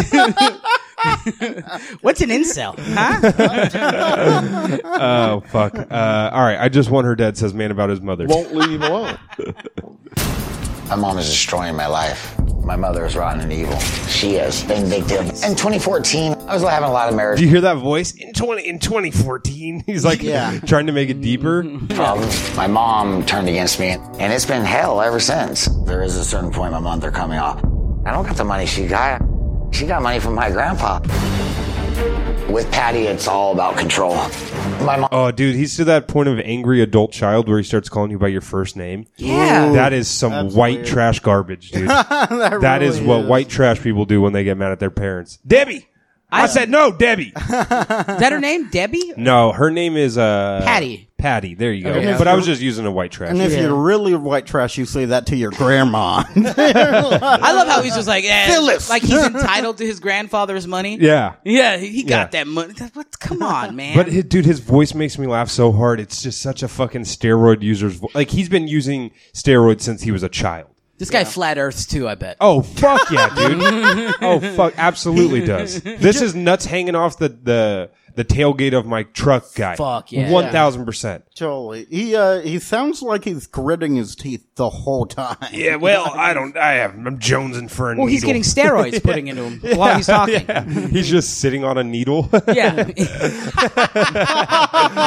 S4: what's an incel, huh?
S2: *laughs* oh fuck! Uh, all right, I just want her dead. Says man about his mother.
S8: Won't leave him alone.
S9: My mom is destroying my life. My mother is rotten and evil. She is vindictive. In 2014, I was having a lot of
S2: Do
S9: marriage
S2: you hear that voice in twenty in 2014? *laughs* He's like
S3: Yeah.
S2: trying to make it deeper.
S9: problems. My mom turned against me, and it's been hell ever since. There is a certain point my mother coming off. I don't got the money she got. She got money from my grandpa. With Patty, it's all about control. My mom.
S2: Oh, dude, he's to that point of angry adult child where he starts calling you by your first name.
S4: Yeah.
S2: that is some white trash garbage, dude. that is
S3: really
S2: what white trash people do when they get mad at their parents. Debbie, I, said no, Debbie.
S4: Is that her name, Debbie?
S2: no, her name is uh
S4: Patty.
S2: Patty. There you go.
S3: Yeah.
S2: But I was just using a white trash.
S3: And if you're really white trash, you say that to your grandma. *laughs*
S4: I love how he's just like eh,
S3: Phyllis.
S4: like he's entitled *laughs* to his grandfather's money.
S2: yeah.
S4: yeah, he he got
S2: Yeah.
S4: that money. That- What? Come on, man.
S2: But hi- dude, his voice makes me laugh so hard. It's just such a fucking steroid user's voice. Like he's been using steroids since he was a child.
S4: this guy flat earths too. I bet.
S2: Oh fuck yeah, dude! *laughs* oh fuck, absolutely does. This is nuts hanging off the the the tailgate of my truck, guy.
S4: Fuck yeah.
S2: one thousand percent.
S3: totally. He uh, he sounds like he's gritting his teeth the whole time.
S2: Yeah, well, I don't. I have. I'm jonesing for a.
S4: Well, he's getting
S2: *laughs*
S4: steroids putting into him while he's talking. Yeah.
S2: He's just sitting on a needle. *laughs*
S4: *laughs*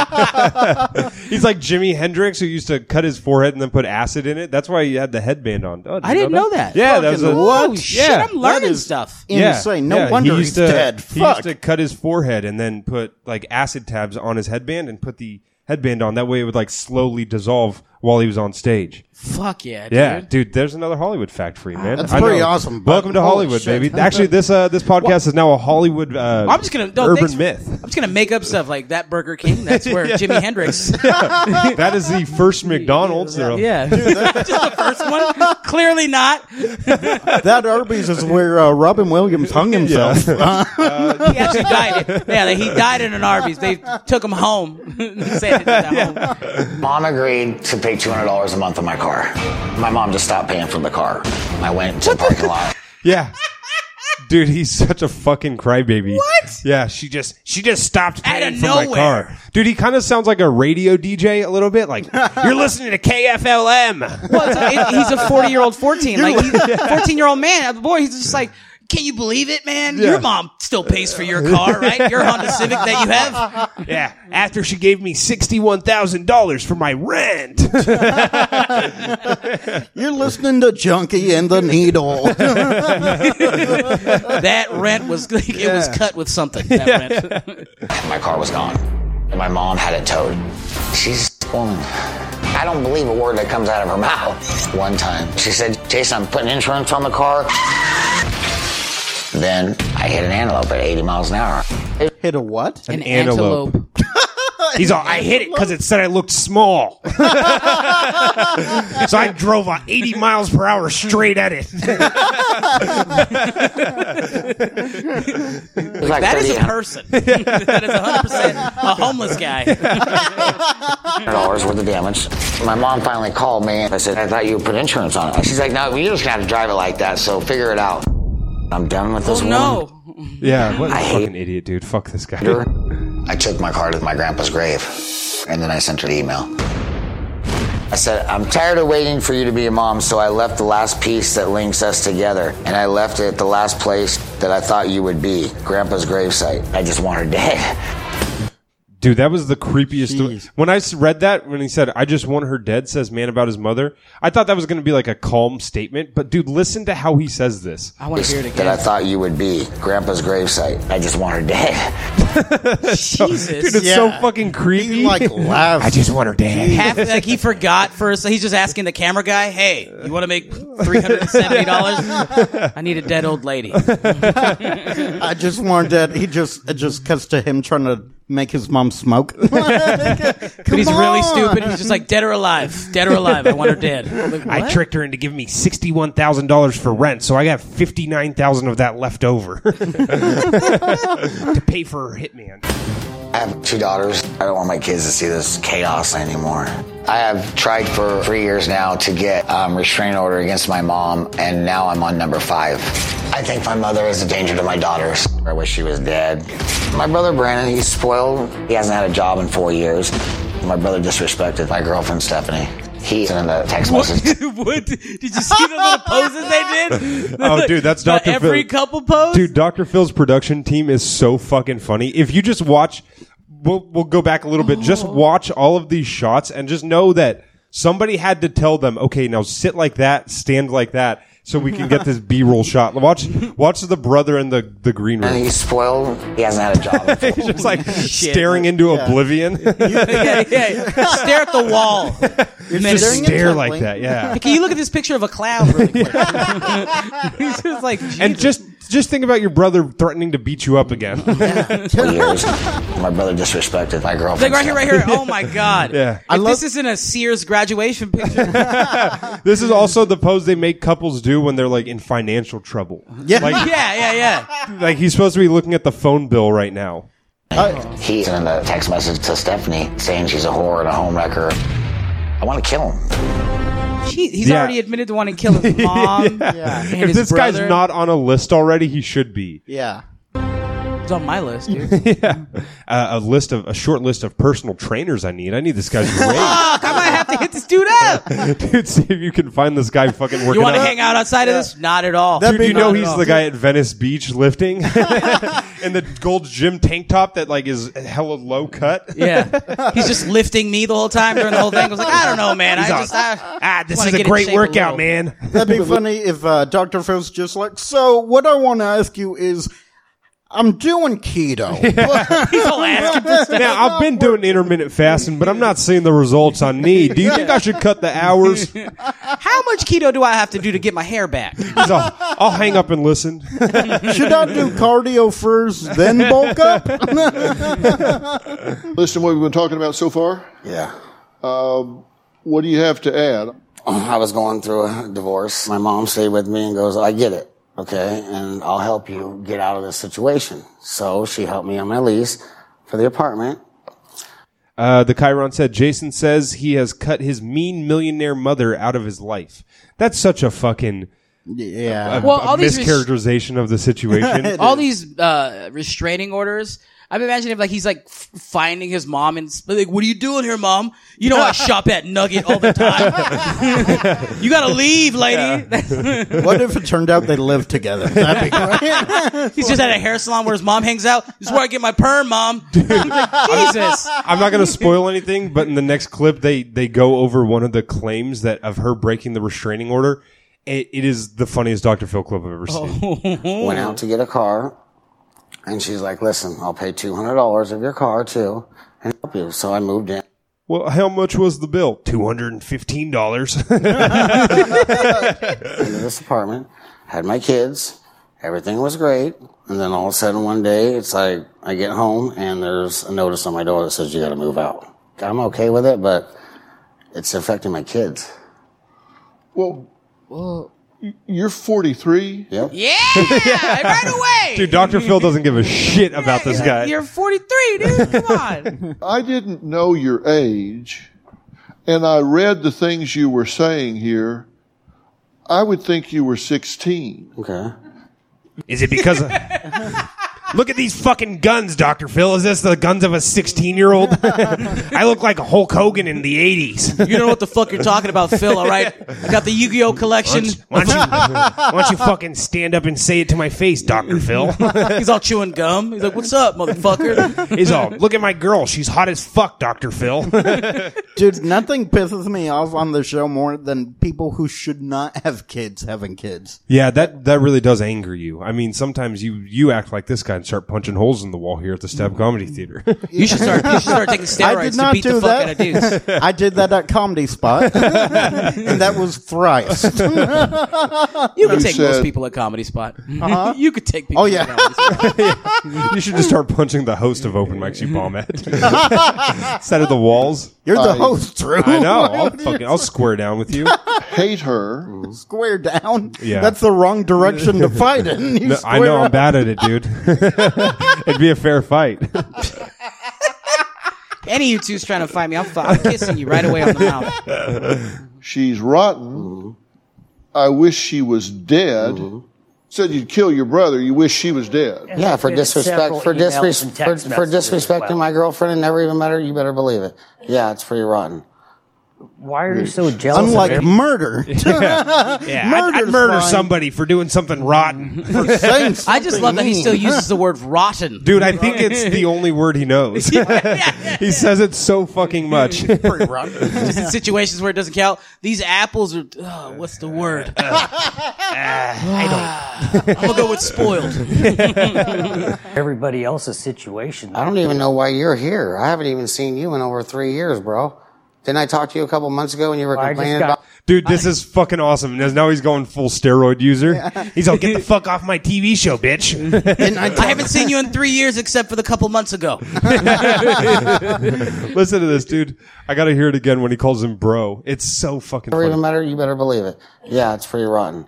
S2: he's like Jimi Hendrix, who used to cut his forehead and then put acid in it. That's why he had the headband on. Oh,
S4: I didn't know that.
S2: Yeah, that was a,
S3: Fucking
S4: Oh
S3: What?
S4: shit!
S2: Yeah.
S4: I'm learning
S3: That is-
S4: stuff.
S3: Insane. No wonder
S2: he used
S3: he's
S2: to,
S3: dead.
S2: He
S3: Fuck.
S2: used to cut his forehead and then put like acid tabs on his headband and put the headband on. That way, it would like slowly dissolve while he was on stage.
S4: Fuck yeah, dude.
S2: Yeah, dude. there's another Hollywood fact for you, man.
S3: That's
S2: I
S3: pretty
S2: know.
S3: awesome, bud.
S2: Welcome to
S3: Holy
S2: Hollywood,
S3: shit. *laughs*
S2: baby. Actually, this uh, this podcast is now a Hollywood. Uh,
S4: I'm just gonna no,
S2: urban
S4: thanks-
S2: myth.
S4: I'm just gonna make up stuff like that Burger King.
S2: *laughs*
S4: That's where Jimi Hendrix.
S2: that is
S4: *laughs*
S2: the first McDonald's. They're-
S4: Yeah, *laughs* just the first one. Clearly not.
S3: That Arby's is where uh, Robin Williams hung himself. *laughs*
S4: He actually died. It. Yeah, like, he died in an Arby's. They took him home. *laughs* Sent him to home.
S9: Mom agreed to pay $200 a month on my car. My mom just stopped paying for the car. I went to the parking lot.
S2: yeah. Dude, he's such a fucking crybaby.
S4: What?
S2: Yeah, she just she just stopped
S4: Out
S2: paying
S4: of
S2: for my
S4: nowhere.
S2: car. Dude, he kind of sounds like a radio DJ a little bit.
S4: *laughs*
S2: Like you're listening to KFLM.
S4: Well, it's a- it- he's a 40 year old 14. Like he's a 14 year old man. The boy, he's just like. Can you believe it, man? Your mom still pays for your car, right? Your Honda Civic that you have.
S2: yeah. After she gave me sixty one thousand dollars for my
S4: *laughs*
S2: rent.
S3: You're listening to Junkie and the Needle. *laughs*
S4: That rent was *laughs* like, it was cut with something. That rent.
S9: My car was gone. And my mom had it towed. She's a woman. I don't believe a word that comes out of her mouth. One time, she said, Jason, I'm putting insurance on the car. Then I hit an antelope at 80 miles an hour.
S3: Hit a what?
S4: An,
S2: antelope. He's all, I hit it because it said I looked
S4: *laughs*
S2: small. *laughs* so I drove on 80 miles per hour straight at
S4: *laughs*
S2: it.
S9: It was like
S4: That is a
S9: 3800
S4: person. *laughs* that is 100% a homeless guy.
S9: dollars worth of damage. My mom finally called me and I said, I thought you would put insurance on it. She's like, No, you're just gonna have to drive it like that, so figure it out. I'm done with this
S4: Oh, no.
S2: Yeah, what a
S9: hate-
S2: fucking idiot, dude. Fuck this guy.
S9: woman. I took my car to my grandpa's grave and then I sent her the email. I said, I'm tired of waiting for you to be a mom, so I left the last piece that links us together, and I left it at the last place that I thought you would be, Grandpa's gravesite. I just want her dead.
S2: Dude, that was the creepiest. When I s- read that, when he said, I just want her dead, says man about his mother, I thought that was going to be like a calm statement. But dude, listen to how he says this.
S4: I want to hear it
S9: That I
S4: again.
S9: thought you would be, Grandpa's gravesite. I just want her dead.
S4: Jesus.
S2: Dude, it's so fucking creepy. *laughs*
S3: He like laughs.
S2: want her dead.
S4: Half, like he forgot first. He's just asking the camera guy, "Hey, you want to make three hundred and seventy dollars? I need a dead old lady."
S3: I just wanted that. He just it just cuts to him trying to make his mom smoke. *laughs*
S4: But he's
S3: Come
S4: really
S3: on.
S4: stupid. He's just like, "Dead or alive? Dead or alive? I want her dead." I'm like,
S2: I
S4: what?
S2: tricked her into giving me sixty-one thousand dollars for rent, so I got fifty-nine thousand of that left over *laughs* to pay for her hitman.
S9: I have two daughters. I don't want my kids to see this chaos anymore. I have tried for three years now to get um, restraining order against my mom, and now I'm on number five. I think my mother is a danger to my daughters. I wish she was dead. My brother Brandon, he's spoiled. He hasn't had a job in four years. My brother disrespected my girlfriend Stephanie. He sent a text
S4: *laughs*
S9: message.
S4: what? Did you see the little poses they
S2: *laughs*
S4: did?
S2: Oh, dude, that's
S4: The
S2: Dr. Phil.
S4: Every couple pose.
S2: Dude, Dr. Phil's production team is so fucking funny. If you just watch, we'll, we'll go back a little bit. Just watch all of these shots and just know that somebody had to tell them, okay, now sit like that, stand like that, so we can get this B roll shot. Watch, watch the brother in the, the green
S9: And
S2: room.
S9: he's spoiled. He hasn't had a job. in four
S2: *laughs* He's just like staring into oblivion. *laughs*
S4: *laughs* yeah, yeah, yeah. Stare at the wall. You're
S3: staring at-
S2: Stare
S3: intently.
S2: like that, yeah.
S4: Can you look at this picture of a clown really quick? *laughs* He's just like,
S2: And just, just think about your brother threatening to beat you up again.
S4: *laughs*
S9: years. My brother disrespected my girlfriend.
S4: like right here, right here. Oh my god!
S2: Yeah.
S4: I
S2: I
S4: love- this isn't a Sears graduation picture.
S2: This is also the pose they make couples do when they're like in financial trouble.
S3: Yeah.
S2: *laughs* Like,
S4: yeah, yeah, yeah.
S2: like he's supposed to be looking at the phone bill right now.
S9: He sent a text message to Stephanie saying she's a whore and a homewrecker. I want to kill him.
S4: He, he's
S2: Yeah.
S4: already admitted to wanting to
S2: *laughs*
S4: kill his mom. and
S2: If
S4: his
S2: this
S4: brother.
S2: guy's not on a list already, he should be.
S3: yeah.
S4: it's on my list, dude.
S2: Uh, a list of a short list of personal trainers I need. I need this
S4: *laughs*
S2: guy's range.
S4: Fuck, I might have to hit this dude up.
S2: Dude, see if you can find this guy fucking working
S4: You want to
S2: out.
S4: hang out outside of this? Not at all.
S2: Dude, you know
S4: Not at
S2: he's
S4: all.
S2: the guy at Venice Beach
S4: *laughs*
S2: lifting *laughs* in the gold gym tank top that like is hella low cut.
S4: Yeah, he's just lifting me the whole time during the whole thing. I was like, I don't know, man. I just I,
S2: ah, this
S4: wanna
S2: is a
S4: get in
S2: great
S4: shape a
S2: workout,
S4: little.
S2: man.
S4: *laughs*
S3: That'd be funny if uh, Dr. Phil's just like, so what I want to ask you is, I'm doing keto.
S2: *laughs* Now I've been doing intermittent fasting, but I'm not seeing the results I need. Do you think I should cut the
S4: *laughs*
S2: hours?
S4: How much keto do I have to do to get my hair back?
S2: He's all, I'll hang up and listen.
S3: Should I do cardio first, then bulk up? *laughs*
S8: Listen to what we've been talking about so far. um,
S9: Yeah. *clears throat*
S8: What do you have to add?
S9: I was going through a divorce. My mom stayed with me and goes, I get it. Okay. And I'll help you get out of this situation. So she helped me on my lease for the apartment.
S2: Uh, the Chiron said, Jason says he has cut his mean millionaire mother out of his life. That's such a fucking
S3: yeah.
S4: Well,
S2: a
S4: all these res-
S2: mischaracterization of the situation.
S4: all these uh, restraining orders. I'm imagining if like he's like f- finding his mom and sp- like, what are you doing here, mom? You know I shop at Nugget all the
S2: *laughs*
S4: time. you gotta leave, lady.
S3: What if it turned out they lived together? That'd be great.
S4: *laughs*
S3: *laughs*
S4: he's just at a hair salon where his mom hangs out. This is where I get my perm, mom. *laughs* I'm like, Jesus.
S2: I'm not going to spoil anything, but in the next clip, they they go over one of the claims that of her breaking the restraining order. It, it is the funniest Dr. Phil clip I've ever seen.
S4: Oh.
S9: Went out to get a car. And she's like, listen, I'll pay $200 of your car too and help you. So I moved in.
S2: Well, how much was the bill? Two hundred and fifteen dollars. *laughs*
S9: into this apartment, had my kids, everything was great, and then all of a sudden one day it's like I get home and there's a notice on my door that says you gotta move out. I'm okay with it, but it's affecting my kids.
S8: Well, y- you're 43.
S9: Yep.
S4: Yeah,
S3: *laughs*
S4: right away.
S2: Dude, Dr. Phil doesn't give a shit about this
S4: You're-
S2: guy.
S4: You're 43, dude. Come
S3: *laughs*
S4: on.
S8: I didn't know your age, and I read the things you were saying here. I would think you were 16.
S9: Okay.
S2: Is it because of- Look at these fucking guns, Dr. Phil. Is this the guns of a 16 year old? *laughs* I look like Hulk Hogan in the 80s.
S4: You don't know what the fuck you're talking about, Phil. All right, I got the Yu-Gi-Oh collection.
S2: Why don't, you, why don't you fucking stand up and say it to my face, Dr. Phil?
S3: *laughs*
S4: He's all chewing gum. He's like, "What's up, motherfucker?"
S2: He's all, look at my girl. She's hot as fuck, Dr. Phil. *laughs*
S3: Dude, nothing pisses me off on the show more than people who should not have kids having kids.
S2: yeah, that, that really does anger you. I mean, sometimes you, you act like this guy and start punching holes in the wall here at the Stab Comedy Theater.
S4: You should start. You should start taking
S3: *laughs* I did
S4: steroids to
S3: not
S4: beat
S3: do
S4: the fuck out
S3: that.
S4: of dudes.
S3: I did that at Comedy Spot, and that was thrice. *laughs*
S4: You can take most
S8: said-
S4: people at Comedy Spot. *laughs* you could take people.
S3: Oh,
S4: at
S3: yeah.
S4: Comedy Spot.
S2: you should just start punching the host of open mics you bomb at. Instead of the walls.
S3: You're the
S8: I-
S3: host, Drew.
S2: I know. I'll fucking, I'll square down with
S3: *laughs*
S2: you.
S8: Hate her.
S3: Square down.
S2: *laughs* Yeah.
S3: That's the wrong direction to
S2: *laughs*
S3: fight in. You
S2: No, I
S3: square
S2: know I'm
S3: up.
S2: bad at it, dude. *laughs* It'd be a fair fight.
S4: Any of you two's trying to find me, I'm, fu- I'm kissing you right away on the
S3: *laughs*
S4: mouth.
S8: She's rotten. I wish she was dead. Said you'd kill your brother. You wish she was dead.
S9: Yeah, for
S6: There's several
S9: disrespect, for,
S6: emails
S9: disres-
S6: and
S9: for,
S6: text
S9: for
S6: messages as
S9: disrespecting
S6: well.
S9: my girlfriend and never even met her, you better believe it. Yeah, it's pretty rotten.
S6: Why are you so jealous?
S3: Unlike
S2: *laughs*
S3: *laughs*
S6: of
S3: murder.
S2: Yeah,
S3: I'd- I'd murder Murder's fine.
S2: somebody for doing something
S3: *laughs*
S2: rotten,
S3: Saying
S4: I
S3: something
S4: just love that he
S3: mean.
S4: still uses the word rotten. *laughs*
S2: dude. I think it's the only word he
S3: *laughs*
S2: knows. he says it so fucking much. *laughs*
S4: *laughs* Just in situations where it doesn't count. These apples are. Uh, what's the word? I don't. *sighs* I'm gonna go with spoiled.
S6: everybody else's situation.
S9: I don't even know why you're here. I haven't even seen you in over three years, bro. Didn't I talk to you a couple months ago and you were
S6: I
S9: complaining
S6: just got.
S9: about
S2: Dude, this is fucking awesome. Now he's going full steroid
S3: *laughs*
S2: user. He's like, "Get the fuck off my TV show, bitch."
S3: And I
S4: I haven't seen you in three years except for the couple months ago.
S2: Listen to this, dude. I gotta hear it again when he calls him bro. It's so fucking.
S9: never even
S2: Funny.
S9: met her, you better believe it. Yeah, it's pretty rotten.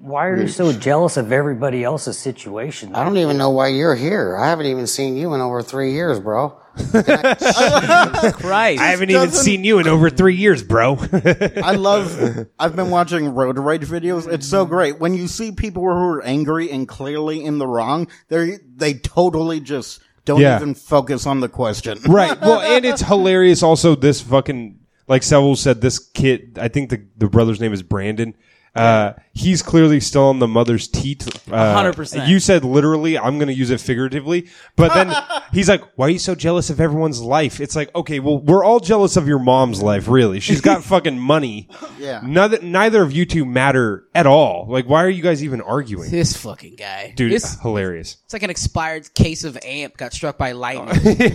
S6: Why are you so jealous of everybody else's situation?
S9: I don't even know why you're here. I haven't even seen you in over three years, bro.
S4: Christ.
S2: I haven't even seen you in over three years, bro.
S3: I
S2: *laughs*
S3: love. I've been watching road rage videos. It's so great when you see people who are angry and clearly in the wrong. They they totally just don't
S2: Yeah.
S3: even focus on the question.
S2: *laughs*
S3: *laughs*
S2: Right. Well, and it's hilarious. Also, this fucking like Seville said, this kid. I think the the brother's name is Brandon. Uh, he's clearly still on the mother's teat. Uh,
S4: 100%.
S2: You said literally. I'm going to use it figuratively. But then he's like, "Why are you so jealous of everyone's life?" It's like, okay, well, we're all jealous of your mom's life, really. She's got fucking money.
S3: Yeah.
S2: Neither, neither of you two matter at all. Like, why are you guys even arguing,
S4: This fucking guy,
S2: dude?
S4: This,
S2: hilarious.
S4: it's like an expired case of amp got struck
S2: *laughs*
S4: by lightning. it's,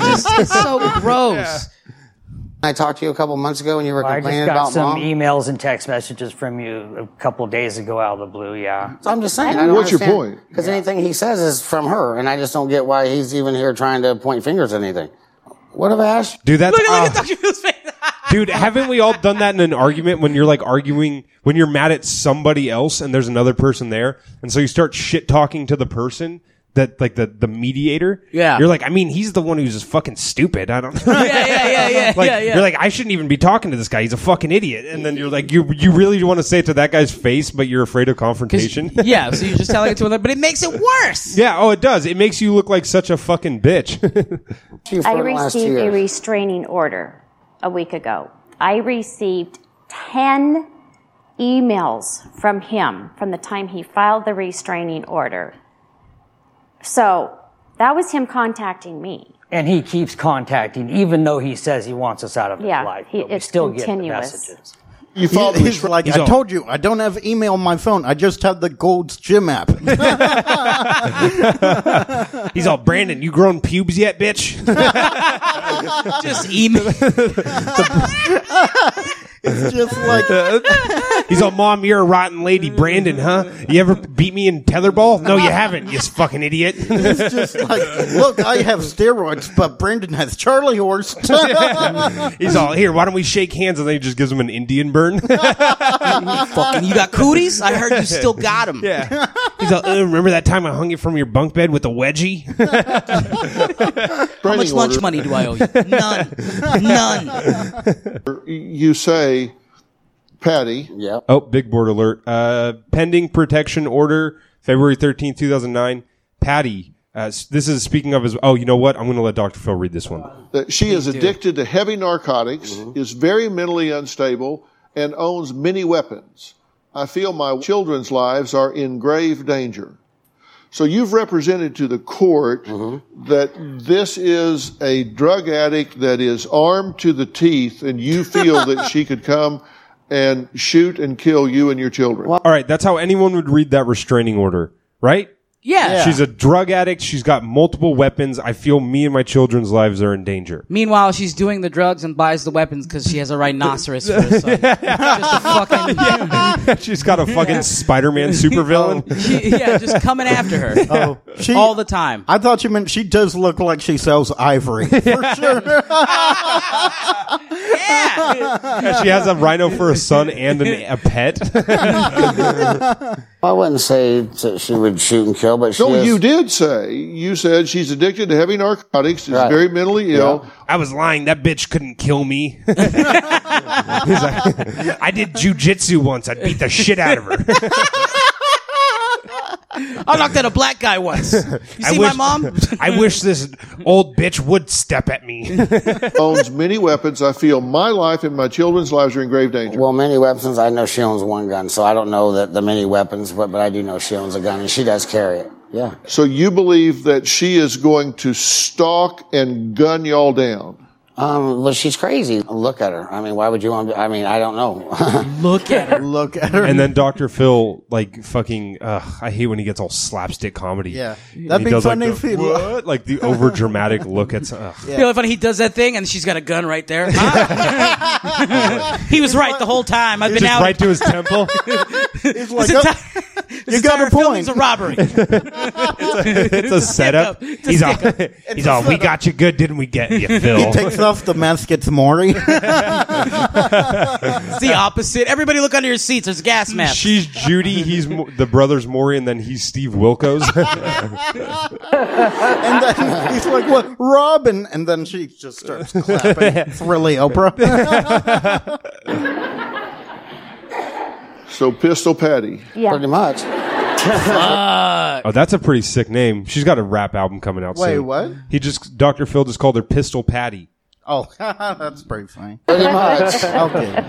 S4: just, it's so gross.
S9: I talked to you a couple months ago when you were
S6: I just
S9: complaining
S6: got
S9: about
S6: some
S9: mom.
S6: emails and text messages from you a couple days ago out of the blue. Yeah.
S9: So I'm just saying. I don't
S8: What's your point?
S9: Because anything he says is from her, and I just don't get why he's even here trying to point fingers at anything. What have I asked?
S2: Dude, that's
S4: Look, at look
S2: uh,
S4: at Dr. Phil's face.
S2: dude. Haven't we all done that in an argument when you're like arguing when you're mad at somebody else and there's another person there, and so you start shit talking to the person that like the the mediator.
S4: Yeah.
S2: you're like, I mean, he's the one who's just fucking stupid. I don't. *laughs* know.
S4: yeah, yeah, yeah, yeah,
S2: Like
S4: yeah, yeah.
S2: you're like I shouldn't even be talking to this guy. He's a fucking idiot. And then you're like you you really want to say it to that guy's face, but you're afraid of
S4: 'Cause-
S2: confrontation.
S4: *laughs* yeah, so you're just telling it to another, but it makes it worse.
S2: yeah. Oh, it does. It makes you look like such a fucking bitch. *laughs*
S9: you for
S7: I
S9: the last
S7: received a
S9: year?
S7: restraining order a week ago. I received 10 emails from him from the time he filed the restraining order. So that was him contacting me.
S6: And he keeps contacting, even though he says he wants us out of
S7: Yeah,
S6: his life.
S7: he-
S6: but we
S7: it's
S6: still get the
S7: continuous.
S6: messages.
S8: You follow
S3: He- he's
S8: the
S3: like,
S2: He's
S3: I
S2: all-
S3: told you, I don't have email on my phone. I just have the Gold's
S2: *laughs*
S3: Gym app. *laughs*
S2: He's all Brandon. You grown pubes yet, bitch? *laughs*
S4: Just email.
S3: it's just like,
S2: uh, He's all, Mom, you're a rotten lady, Brandon, huh? You ever beat me in tetherball? No, you haven't, you fucking idiot. *laughs*
S3: it's just like, look, I have steroids, but Brendan has
S2: *laughs*
S3: Charlie horse. *laughs*
S2: He's all, Here, why don't we shake hands? And then he just gives him an Indian burn. *laughs*
S4: Fucking, you got cooties? I heard you still got them.
S2: yeah. He's all, "Uh, Remember that time I hung you from your bunk bed with a wedgie?
S4: How much lunch money do I
S2: *laughs*
S4: owe you? None. None.
S8: You say, Patty,
S9: Yep.
S2: oh, big board alert. Uh, pending protection order, February 13th, 2009. Patty. Uh, s- this is speaking of as oh you know what I'm gonna let Dr Phil read this one
S8: that she is addicted to heavy narcotics, is very mentally unstable, and owns many weapons. I feel my children's lives are in grave danger. So you've represented to the court that this is a drug addict that is armed to the teeth, and you feel that she could come and shoot and kill you and your children.
S2: all right that's how anyone would read that restraining order right
S4: Yeah.
S2: She's a drug addict. She's got multiple weapons. I feel me and my children's lives are in danger.
S4: Meanwhile, she's doing the drugs and buys the weapons because she has a rhinoceros for
S2: *laughs*
S4: her son. Just a fucking.
S2: *laughs* she's got a fucking *laughs* Spider-Man
S4: *laughs*
S2: supervillain.
S4: yeah, just coming
S2: *laughs*
S4: after her
S2: Uh,
S3: She-
S4: all the time.
S3: I thought you meant she does look like she sells ivory.
S2: *laughs*
S3: For sure.
S2: And she has a rhino for a son and an, a pet.
S9: I wouldn't say that she would shoot and kill, but she
S8: No,
S9: is-
S8: you did say. You said she's addicted to heavy narcotics, is
S9: Right.
S8: very mentally ill.
S2: *laughs* I was lying. That bitch couldn't kill *laughs* me. He's like, I did jujitsu once. I beat the shit out of her.
S4: I knocked out a black
S2: *laughs*
S4: guy once. You see
S2: I
S4: my
S2: wish- *laughs*
S4: mom?
S2: I wish this old bitch would step at *laughs* me.
S8: owns many weapons. I feel my life and my children's lives are in grave danger.
S9: Well, many weapons. I know she owns one gun, so I don't know that the many weapons, but but I do know she owns a gun, and she does carry it. Yeah.
S8: so you believe that she is going to stalk and gun y'all down.
S9: Um, but she's crazy. Look at her. I mean, why would you want? to I mean, I don't know.
S4: Look at her.
S3: look at *laughs* her.
S2: and then Dr. Phil, like, fucking, ugh, I hate when he gets all slapstick comedy.
S3: Yeah.
S2: And
S3: That'd
S2: he
S3: be
S2: does,
S3: funny
S2: like,
S3: if
S2: the,
S3: he-
S2: what? Like the over dramatic look at. Ugh.
S4: You know, funny, he does that thing and she's got a gun right
S2: *laughs*
S4: there. he was right the whole time. I've been
S2: Just
S4: out.
S2: right to his temple.
S3: He's like,
S4: This
S3: "Oh,
S4: entire- *laughs* this
S3: got a
S4: entire film
S3: point."
S4: is
S2: *laughs*
S4: a robbery.
S2: it's a setup.
S4: It's a
S2: He's all, *laughs* he's all, we got you good, didn't we get you, Phil?
S3: takes off the mask, gets Maury. *laughs*
S4: It's the opposite. Everybody look under your seats. There's a gas mask.
S2: *laughs* She's Judy. He's Mo- the brothers Maury, and then he's Steve Wilkos.
S3: And then he's like, "What, Robin?" And then she just starts clapping. It's really Oprah. *laughs*
S8: So Pistol Patty.
S7: Yeah.
S9: Pretty much.
S2: oh, that's a pretty sick name. She's got a rap album coming out
S3: Wait,
S2: soon.
S3: what?
S2: He just Dr.
S3: *laughs*
S2: Phil just called her Pistol Patty.
S3: Oh, that's pretty funny.
S9: Pretty much.
S3: Okay,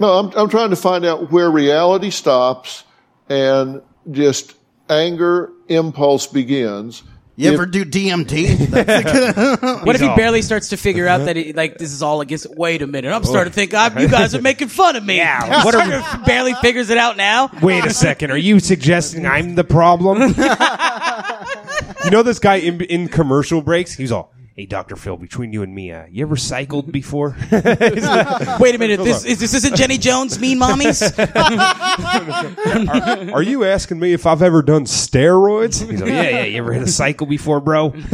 S8: No, I'm, I'm trying to find out where reality stops and just anger impulse begins.
S3: You ever do *laughs* DMT? That's like-
S4: What if he
S2: all-
S4: barely starts to figure
S2: Uh-huh.
S4: out that he, like this is all against? Wait a minute, I'm starting to think I'm, you guys are making
S2: *laughs*
S4: fun of me. Yeah,
S2: what are
S4: barely figures it out now.
S2: Wait a second. Are you suggesting I'm the problem? you know this guy in, in commercial breaks? He's all, "Hey, Doctor Phil, between you and me, uh, you ever cycled before?"
S4: Wait a minute, this is this isn't Jenny
S2: *laughs*
S4: Jones, Mean Mommies?
S2: Are you asking me if I've ever done steroids? *laughs* He's like, yeah, yeah. You ever hit a cycle before, bro? *laughs*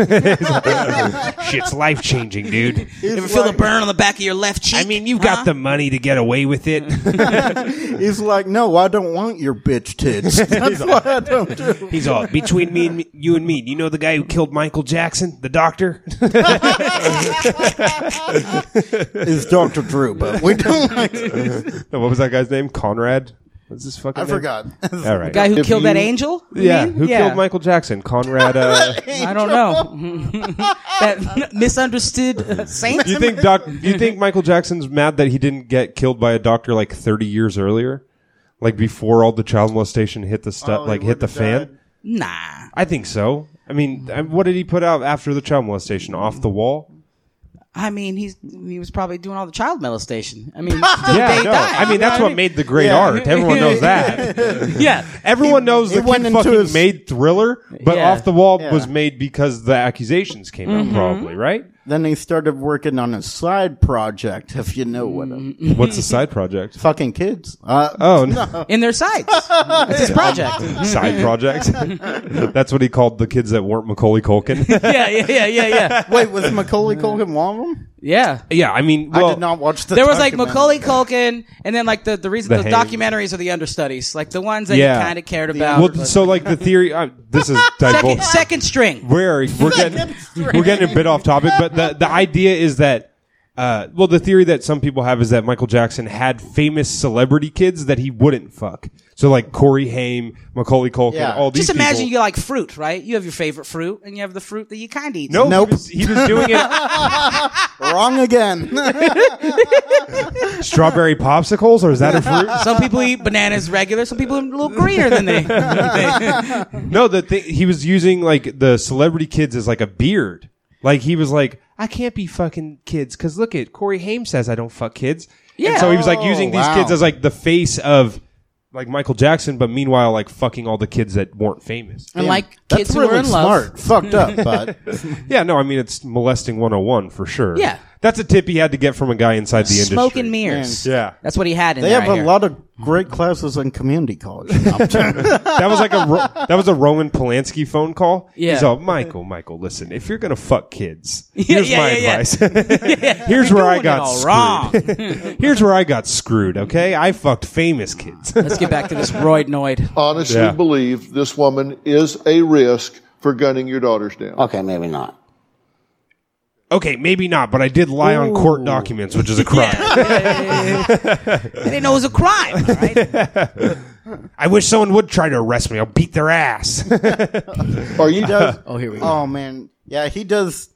S2: Shit's life changing, dude.
S4: you ever feel the burn on the back of your left cheek?
S2: I mean, you've got the money to get away with *laughs* it.
S3: He's like, no, I don't want your bitch tits. *laughs* That's what I don't do.
S2: He's all between me and me, you and me. You know the guy who killed Michael Jackson, the doctor.
S3: It's Dr. Drew, but we don't *laughs* like
S2: *laughs* what was that guy's name? Conrad. What's his fucking?
S3: I
S2: name?
S3: *laughs* forgot.
S2: All right.
S4: guy who
S8: If
S4: killed that
S2: *laughs*
S8: you-
S4: angel. You
S2: yeah,
S4: mean?
S2: who killed Michael Jackson? Conrad.
S3: *laughs*
S2: Uh,
S4: I don't know. *laughs* that misunderstood uh, saint.
S2: you think Doc? You think Michael Jackson's mad that he didn't get killed by a doctor like 30 years earlier, like before all the child molestation hit the stuff,
S3: Oh, he
S2: like hit the
S3: would've
S2: fan?
S3: died.
S4: *laughs* Nah,
S2: I think so. I mean, I- what did he put out after the child molestation? Off the wall?
S4: I mean he's he was probably doing all the child molestation. I
S2: *laughs*
S4: mean, *laughs*
S2: Yeah,
S4: Oh, they
S2: no.
S4: died.
S2: I mean, that's what made the great art. Everyone knows that.
S4: yeah.
S2: Everyone knows
S3: he
S2: the
S3: went
S2: kid
S3: into
S2: fucking
S3: his-
S2: made Thriller, but
S4: Yeah.
S2: Off the Wall
S3: Yeah.
S2: was made because the accusations came out, probably, right?
S3: Then he started working on a side project, if you know what. I'm
S2: What's the side project?
S3: Fucking kids. Uh,
S2: Oh, no.
S4: In their sights. It's his project.
S2: *laughs* side project. that's what he called the kids that weren't Macaulay Culkin. *laughs*
S4: yeah, yeah, yeah, yeah, yeah.
S3: wait, was *laughs* Macaulay Culkin one of them?
S4: Yeah.
S2: yeah, I mean, well,
S3: I did not watch the.
S4: There was like
S3: documentary.
S4: Macaulay Culkin, and then like the the reason
S2: The
S4: the,
S2: Hague.
S4: documentaries are the understudies, like the ones that you
S2: Yeah.
S4: kind of cared about.
S2: well, so like the theory. Uh, this is
S4: second,
S2: divulging.
S4: second string.
S2: we're we're getting we're getting a bit off topic, but the the idea is that uh, well, the theory that some people have is that Michael Jackson had famous celebrity kids that he wouldn't fuck. So like Corey Haim, Macaulay Culkin,
S3: Yeah.
S2: all these.
S4: Just imagine
S2: people.
S4: you like fruit, right? You have your favorite fruit, and you have the fruit that you kind of eat.
S2: No,
S3: Nope.
S2: he was, he was doing it.
S3: *laughs*
S4: *laughs*
S3: Wrong *laughs* again.
S2: Strawberry popsicles, or is that a fruit?
S4: Some people eat bananas regular. Some people are a little greener
S2: *laughs*
S4: than they. *laughs*
S2: No, the thing he was using like the celebrity kids as like a beard. Like he was like, I can't be fucking kids because look at Corey Haim says I don't fuck kids. Yeah.
S4: Yeah.
S2: so he was like using these
S3: wow.
S2: kids as like the face of like Michael Jackson, but meanwhile like fucking all the kids that weren't famous.
S4: and like
S3: That's
S4: kids
S3: really
S4: who are in love.
S3: smart. Fucked *laughs* up, but
S2: Yeah, no, I mean it's molesting 101 for sure.
S4: Yeah.
S2: That's a tip he had to get from a guy inside the industry.
S4: Smoke and mirrors.
S2: Yeah.
S4: That's what he had in
S3: they
S4: there.
S3: have
S4: I
S3: a
S4: hear.
S3: lot of great classes in community college.
S2: That was like a Ro- that was a Roman Polanski phone call.
S4: Yeah.
S2: He's all, Michael, Michael, listen, if you're gonna fuck kids, here's
S4: *laughs* yeah,
S2: my
S4: yeah, *laughs* yeah.
S2: advice. *laughs* here's where I
S4: Doing it
S2: got
S4: all
S2: screwed.
S4: wrong.
S2: *laughs* Here's where I got screwed, okay? I fucked famous kids. *laughs*
S4: Let's get back
S3: *laughs*
S4: to this roid noid.
S8: Honestly
S2: Yeah.
S8: believe this woman is a risk for gunning your daughters down.
S9: Okay, maybe not.
S2: okay, maybe not, but I did lie on court documents, which
S4: *laughs*
S2: is a crime. *laughs*
S4: I didn't know it was a crime. Right?
S2: I wish someone would try to arrest me. I'll beat their ass. *laughs*
S8: Are you guys?
S4: Oh, here we
S3: *laughs*
S4: go.
S3: Oh man, yeah, he does.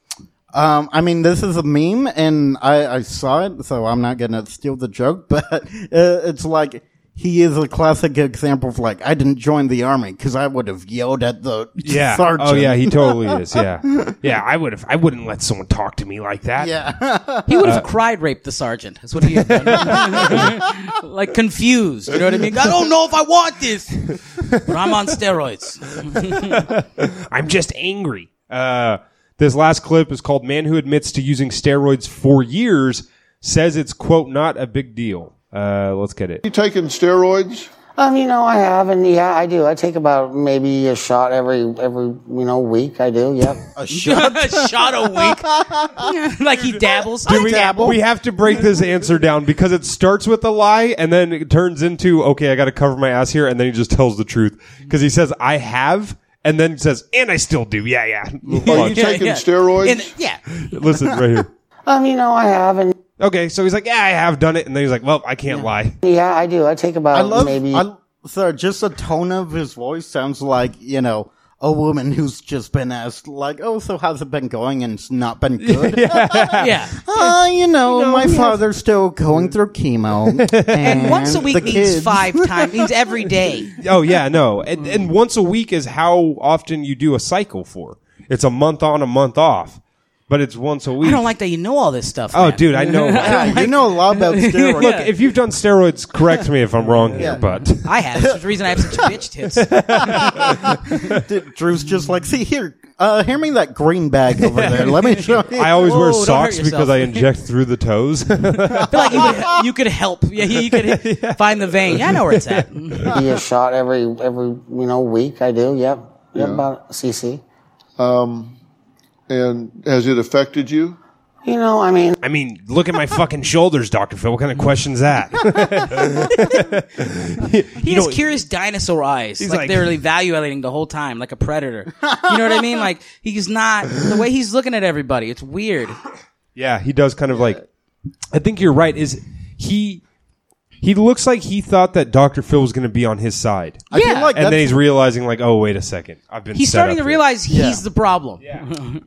S3: Um, I mean, this is a meme, and I, I saw it, so I'm not gonna steal the joke. *laughs* But uh, it's like he is a classic example of like I didn't join the army because I would have yelled at the
S2: yeah.
S3: sergeant.
S2: Oh yeah, he totally is. Yeah. Yeah, I would have I wouldn't let someone talk to me like that.
S3: yeah.
S4: He would
S2: Uh,
S4: have cried raped the sergeant. That's what he had done. *laughs* like confused. You know what I mean? I don't know if I want this, but I'm on steroids.
S2: I'm just angry. Uh, this last clip is called Man Who Admits to Using Steroids for Years Says It's, quote, not a big deal. Uh, let's get it.
S8: You *laughs* taking steroids?
S9: Um, you know, I have, and yeah, I do. I take about maybe a shot every every you know week. I do.
S4: *laughs*
S9: Yep.
S4: Shot a week. like he dabbles. I dabble.
S2: We have to break this answer down because it starts with a lie and then it turns into, okay, I got to cover my ass here. And then he just tells the truth because he says, I have. And then says, and I still do. Yeah, yeah. *laughs*
S8: Are
S2: Look,
S8: you taking steroids?
S4: And- yeah.
S2: Listen right here.
S9: um, you know, I have, and
S2: Okay, so he's like, yeah, I have done it. And then he's like, well, I can't lie.
S9: yeah, I do. I take about
S3: I love
S9: maybe.
S3: I, so just the tone of his voice sounds like you know a woman who's just been asked, like, oh, so how's it been going? And it's not been good.
S4: yeah.
S3: Uh, you know, my father's still going through chemo. and,
S4: And once a week
S3: the
S4: means
S3: kids-
S4: five times, means every day.
S2: Oh yeah,
S4: *laughs*
S2: no, and, and once a week is how often you do a cycle for. It's a month on, a month off, but it's once a week.
S4: I don't like that you know all this stuff.
S2: Oh,
S4: man.
S2: dude, I
S4: *laughs*
S2: know.
S3: Yeah, you know a lot about steroids.
S2: Look, if you've done steroids, correct me if I'm wrong
S3: Yeah.
S2: here, but
S4: I have. It's the reason I have such bitch tits.
S3: Dude, Drew's just like, see here, uh, hand me that green bag over there. Let me show Oh, you.
S2: I always
S4: Whoa,
S2: wear
S4: don't hurt
S2: socks
S4: yourself.
S2: because I inject through the
S4: *laughs*
S2: toes.
S4: I feel like you could, you could help. Yeah,
S2: *laughs*
S4: you could find the vein. Yeah, I know where it's at.
S9: Do
S3: *laughs*
S9: you a shot every every you know week? I do. Yep. Yep. About CC.
S8: Um, And has it affected you?
S9: You know, I mean,
S2: I mean, look at my fucking shoulders, Doctor Phil. What kind of question's
S4: *laughs*
S2: that?
S4: He has curious dinosaur eyes. Like,
S2: like-
S4: *laughs* they're evaluating the whole time, like a *laughs* predator. You know what I mean? Like he's not the way he's looking at everybody. It's weird.
S2: Yeah, he does kind of like. I think you're right. Is he? He looks like he thought that Doctor Phil was going to be on his side,
S3: I feel
S4: Yeah.
S3: like
S2: and
S3: that's,
S2: then he's realizing like, oh wait a second, I've been.
S4: Uh, He's
S2: set
S4: starting
S2: up
S4: to
S2: here.
S4: realize he's the problem.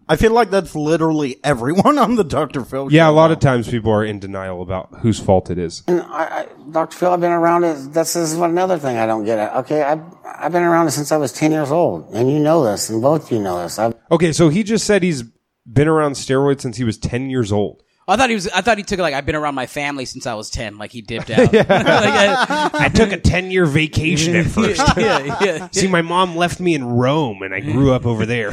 S3: I feel like that's literally everyone on the Dr. Phil.
S2: Yeah, a
S3: show.
S2: lot of times people are in denial about whose fault it is.
S9: I, I, Dr. Phil, I've been around it. This is one- another thing I don't get at. Okay, I've, I've been around it since I was 10 years old. And you know this, and both you know this. I've,
S2: Okay, so he just said he's been around steroids since he was ten years old.
S4: I thought he was. I thought he took it like I've been around my family since I was ten. Like he dipped
S2: *laughs*
S4: out. *laughs* Like, I-
S2: I took a ten year vacation *laughs* at first.
S4: *laughs* yeah, *laughs* yeah.
S2: See, my mom left me in Rome, and I grew up over there.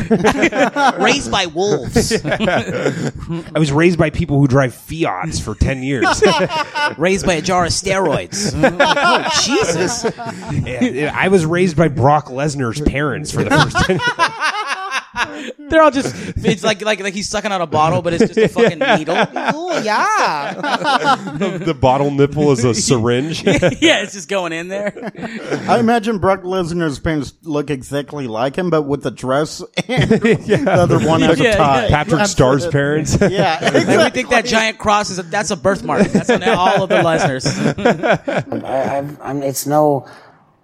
S4: Raised by *laughs* wolves.
S2: I was raised by people who drive Fiats for ten *laughs* years.
S4: Raised by a jar of *laughs* steroids. oh Jesus!
S2: Yeah, I was raised by Brock Lesnar's parents for the first *laughs* time.
S4: They're all just. It's like like like he's sucking on a bottle, but it's just a fucking *laughs* needle. Ooh, yeah.
S2: the bottle nipple is a *laughs* syringe.
S4: yeah, it's just going in there.
S3: I imagine Brock Lesnar's parents look exactly like him, but with the dress *laughs*
S2: *laughs*
S3: and the other one has
S4: Yeah,
S3: a tie.
S4: yeah.
S2: Patrick Starr's parents.
S3: Yeah, *laughs*
S4: I think that giant cross is a, that's a birthmark. That's on all of the Lesnar's.
S9: I, I've, I'm, it's no,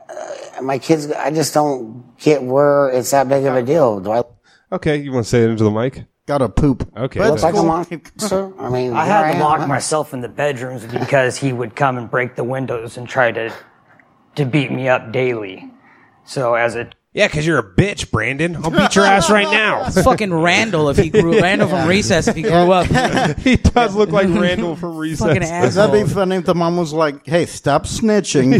S9: uh, my kids, I just don't get where it's that big of a deal. Do I look
S2: *laughs* Okay, you want to say it into the mic?
S3: got a poop.
S2: Okay,
S3: But
S2: looks
S9: like a
S3: cool.
S9: monster? I mean,
S6: I
S9: here
S6: had to
S9: am,
S6: lock
S9: huh?
S6: myself in the bedrooms because he would come and break the windows and try to to beat me up daily. So as a
S2: Yeah, because you're a bitch, Brandon. I'll beat your ass right *laughs* now.
S4: Fucking Randall if he grew Randall from Recess if he
S2: *laughs*
S4: grew up.
S2: he does look like Randall from
S4: Fucking
S2: Recess.
S4: asshole.
S3: That'd be funny if the mom was like, "Hey,
S2: *laughs*
S3: stop snitching."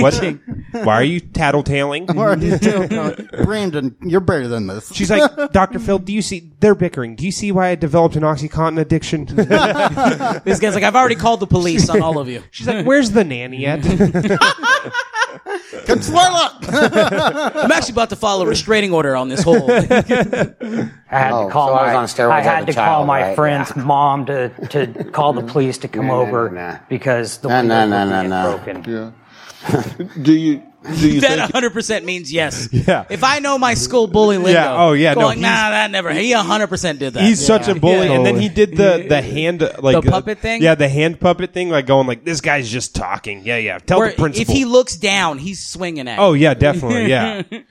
S2: What? Why are you tattletaling?
S3: *laughs* Or you do know, Brandon, you're better than this.
S2: She's like, Doctor Phil. Do you see? They're bickering. Do you see why I developed an OxyContin *laughs* addiction?
S4: This guy's like, I've already called the police on all of you.
S2: She's like, Where's the nanny at?
S3: Consuela!
S4: *laughs* I'm actually about to file a restraining order on this
S2: *laughs*
S4: whole. That's
S6: I had
S9: Oh,
S6: to call
S9: so
S6: my
S9: I was on steroids
S6: I
S9: as
S6: had
S9: a
S6: to call
S9: child,
S6: my
S9: right?
S6: friend's
S9: Yeah.
S6: mom to
S9: *laughs*
S6: to call the police to come
S9: No, no, no,
S6: over
S9: no.
S6: because the
S9: No, no,
S6: windows
S9: no,
S6: were
S9: no,
S6: being
S9: no.
S6: broken.
S8: Yeah. do you do you
S4: That *laughs*
S8: think
S4: 100% means yes. Yeah. If I know my school bully lingo.
S2: Yeah, oh, yeah, no,
S4: Going,
S2: he's-
S4: nah, that never. He 100% did
S2: *laughs*
S4: that.
S2: He's such a bully.
S4: Yeah.
S2: And then he did the the hand like uh,
S4: The puppet thing?
S2: Yeah, the hand puppet thing. Like going like this guy's just talking. Yeah, yeah. Tell
S4: Where
S2: the principal.
S4: if he looks down, he's swinging at.
S2: Oh
S4: you.
S2: yeah, definitely. *laughs* Yeah. That-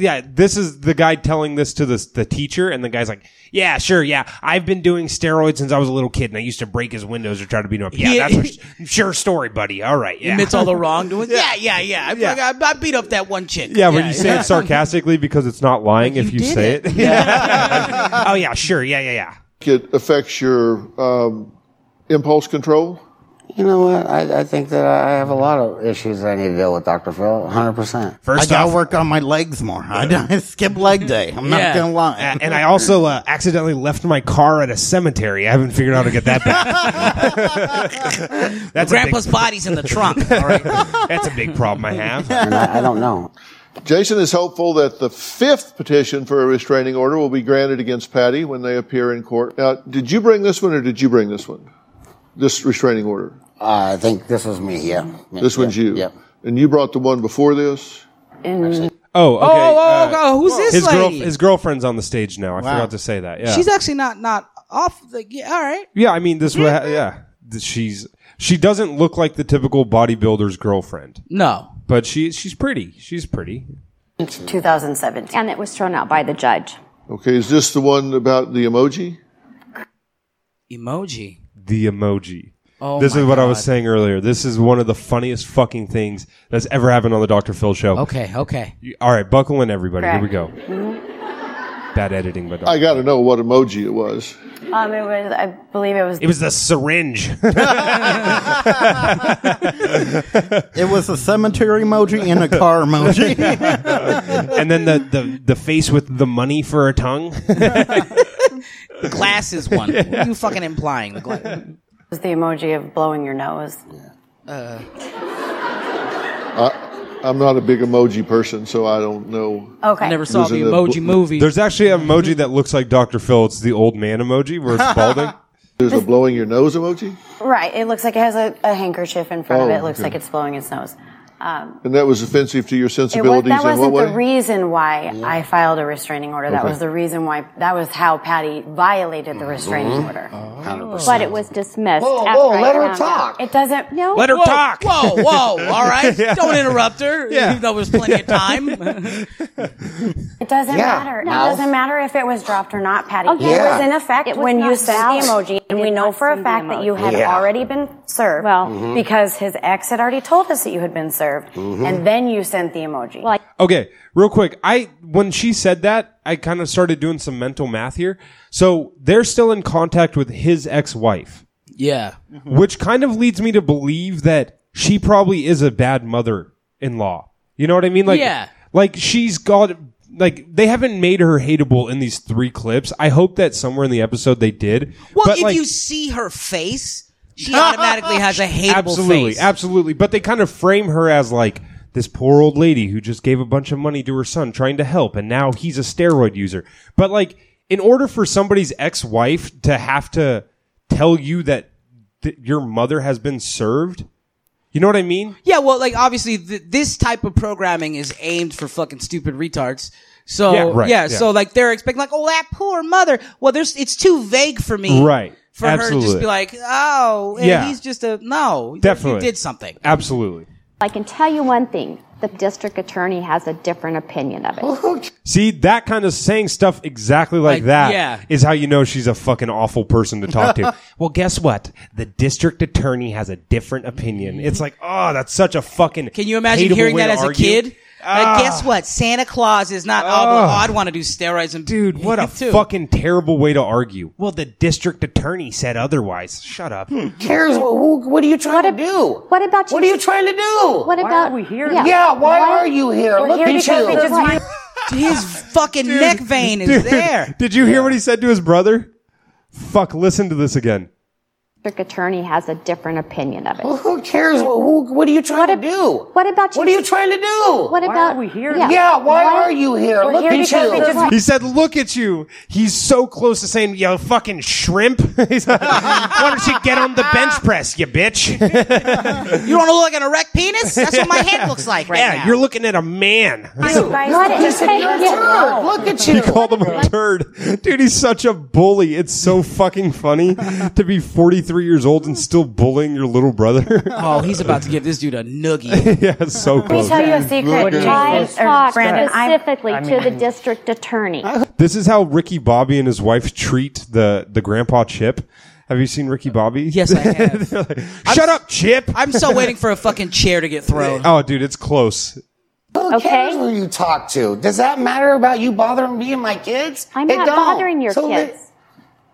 S2: yeah, this is the guy telling this to the the teacher, and the guy's like, "Yeah, sure, yeah, I've been doing steroids since I was a little kid, and I used to break his windows or try to beat him up." Yeah,
S4: Yeah.
S2: that's what, sure story, buddy. All right, yeah,
S4: admits all the wrongdoings. Yeah, yeah, yeah. I,
S2: *laughs* Yeah.
S4: like, I, I beat up that one chick.
S2: yeah. When you say it sarcastically because it's not lying if you
S4: did
S2: say
S4: it.
S2: it. Yeah. *laughs* oh yeah, sure, yeah, yeah, yeah.
S8: it affects your um, impulse control?
S9: You know what? I, I think that I have a lot of issues that I need to deal with, Dr. Phil, 100%.
S3: I
S2: First
S3: gotta
S2: off,
S3: work on my legs more. I, don't- *laughs* I skip leg day. I'm not
S4: Yeah.
S3: gonna lie.
S2: uh, and I also uh, accidentally left my car at a cemetery. I haven't figured out how to get that back. *laughs* that's
S4: *laughs* Grandpa's
S2: a big,
S4: body's in the *laughs* trunk. All right.
S2: that's a big problem I *laughs* have. Oh,
S9: And I, I don't know.
S8: Jason is hopeful that the fifth petition for a restraining order will be granted against Patty when they appear in court. Now, did you bring this one or did you bring this one? This restraining order.
S9: Uh, I think this was me, yeah.
S8: This
S9: Yeah,
S8: one's you.
S9: Yep.
S8: And you brought the one before this.
S2: Oh, okay.
S4: Oh, oh,
S2: uh,
S4: oh, who's this
S2: his
S4: lady?
S2: his girlfriend's on the stage now. I forgot to say that. Yeah,
S4: She's actually not not off. The, yeah, all right.
S2: yeah. I mean, this wa- yeah. Th- She's she doesn't look like the typical bodybuilder's girlfriend,
S4: No,
S2: but she she's pretty. She's pretty.
S10: 2017.
S7: and it was thrown out by the judge.
S8: Okay, is this the one about the emoji?
S4: Emoji.
S2: the emoji.
S4: Oh
S2: this
S4: my
S2: is what I
S4: God.
S2: was saying earlier. This is one of the funniest fucking things that's ever happened on the Dr. Phil show.
S4: Okay, okay.
S2: You- All right, buckle in, everybody. Here we go. Bad editing, but
S8: I got to know what emoji it was.
S10: Um, it was, I believe it was
S2: it was the syringe. *laughs*
S3: It was a cemetery emoji and a car
S2: *laughs*
S3: emoji.
S2: and then the, the, the face with the money for a tongue.
S4: *laughs* Glasses one. What are you fucking implying? The gla-
S10: was the emoji of blowing your nose.
S8: I'm not a big emoji person, so I don't know.
S9: Oh,
S10: Okay.
S4: I never saw the
S8: Losing the
S4: emoji
S8: bl-
S4: movie.
S2: There's actually an emoji that looks like Dr. Phil. It's the old man emoji where it's
S4: *laughs*
S2: balding.
S8: There's a blowing your nose emoji,
S10: Right. It looks like it has a, a handkerchief in front of
S8: Oh,
S10: it. It looks
S8: okay.
S10: like it's blowing its nose.
S8: and that was offensive to
S10: It
S8: your
S10: was,
S8: sensibilities
S10: that
S8: in
S10: wasn't
S8: what way?
S10: the reason why I filed a restraining order. That
S8: Okay.
S10: was the reason why, that was how Patty violated the restraining order.
S7: But it was dismissed.
S9: Mm-hmm. Oh. Whoa,
S7: after
S9: whoa,
S7: I
S9: let her
S7: found out.
S9: talk.
S10: It doesn't, no.
S2: Let her
S4: whoa,
S2: talk.
S4: *laughs* Whoa, whoa! All right, don't interrupt her.
S2: Yeah.
S4: Even though there's plenty *laughs* of time.
S10: It doesn't
S9: Yeah.
S10: matter.
S9: No.
S10: It doesn't matter if it was dropped or not, Patty.
S7: Okay.
S10: It
S9: Yeah.
S10: was in effect
S7: It was
S10: when you
S7: not
S10: sent
S7: valid.
S10: the emoji, and
S7: I
S10: we
S7: did
S10: know
S7: not
S10: for a
S7: send the
S10: fact that you
S7: emoji.
S10: had
S9: Yeah. Mm-hmm.
S10: already been served
S7: Well-
S10: because his ex had already told us that you had been served, and then you sent the emoji.
S7: Well, I-
S2: Okay, real quick. I when she said that, I kind of started doing some mental math here. So they're still in contact with his ex-wife,
S4: yeah.
S2: which kind of leads me to believe that she probably is a bad mother-in-law. You know what I mean? Like,
S4: Yeah.
S2: like she's got like they haven't made her hateable in these three clips. I hope that somewhere in the episode they did.
S4: Well,
S2: But,
S4: if
S2: like,
S4: you see her face, *laughs* she automatically has a hateable
S2: absolutely,
S4: face.
S2: absolutely. But they kind of frame her as like this poor old lady who just gave a bunch of money to her son trying to help, and now he's a steroid user. But like, in order for somebody's ex-wife to have to tell you that th- your mother has been served, you know what I mean?
S4: Yeah, well, like obviously th- this type of programming is aimed for fucking stupid retards. So
S2: Yeah,
S4: yeah,
S2: right, yeah.
S4: so like they're expecting like, oh, that poor mother. Well, there's it's too vague for me,
S2: Right,
S4: For her to just
S2: absolutely.
S4: be like, oh, and
S2: Yeah.
S4: he's just a no. you-
S2: Definitely.
S4: you did something.
S2: Absolutely.
S7: I can tell you one thing. The district attorney has a different opinion of it.
S2: See, that kind of saying stuff exactly like,
S4: Like,
S2: that is
S4: yeah.
S2: how you know she's a fucking awful person to talk to. *laughs* well, guess what? The district attorney has a different opinion. It's like, oh, that's such a fucking.
S4: Can you imagine
S2: hateable
S4: hearing
S2: way
S4: that
S2: to
S4: as
S2: argue. Ah.
S4: a kid? like, guess what? Santa Claus is not oh. I'd want to do steroids and
S2: Dude, what a *laughs*
S4: too.
S2: fucking terrible way to argue. Hmm. Well, the district attorney said otherwise. Shut up.
S9: cares? Who, who- what are you trying to do?
S7: what about you-
S9: What are you trying to do?
S7: What
S10: Why
S7: about
S10: are we here?
S7: Yeah,
S9: yeah, why, are you here?
S10: We're
S9: Look
S10: here
S9: at
S10: because
S9: you.
S10: we just
S7: Why?
S10: *laughs* want-
S2: *laughs*
S4: His fucking neck vein is there.
S2: Did you hear what he said to his brother? Fuck, listen to this again.
S7: district attorney has a different opinion of it.
S9: Who cares? Who, who- what are you trying to do?
S7: What about you-
S9: What are you trying to do?
S7: What
S10: are
S7: about
S10: we here?
S9: yeah, why, are you here?
S10: We're
S9: Look
S10: here
S9: at
S10: because
S9: you.
S10: we just want-
S2: He said, "Look at you." He's so close to saying, "Yo, fucking shrimp." *laughs* He's like, "Why don't you get on the bench press, you bitch?"
S4: You don't look like an erect penis? That's what my head
S2: *laughs*
S4: looks like right
S2: *laughs*
S4: now.
S2: yeah, you're looking at a man.
S10: Guys,
S7: What
S10: just-
S7: is hey, yeah.
S9: Look, Look at
S2: *laughs*
S9: you.
S2: Called him a turd, dude. He's such a bully. It's so fucking funny to be 43 years old and still bullying your little brother. *laughs*
S4: Oh, he's about to give this dude a noogie.
S2: yeah, it's so
S10: Let me
S2: close.
S10: tell you a secret,
S7: I
S10: Jason, or
S7: talked
S10: Brandon. I,
S7: specifically to the district attorney.
S2: This is how Ricky Bobby and his wife treat the the grandpa Chip. Have you seen Ricky Bobby? *laughs*
S4: yes, I have.
S2: Shut up, Chip.
S4: I'm still waiting for a fucking chair to get thrown.
S2: oh, dude, it's close.
S9: Who
S7: Okay.
S9: cares who you talk to? Does that matter about you bothering me and my kids?
S7: I'm
S9: It
S7: not
S9: don't.
S7: bothering your
S9: So
S7: kids.
S9: it-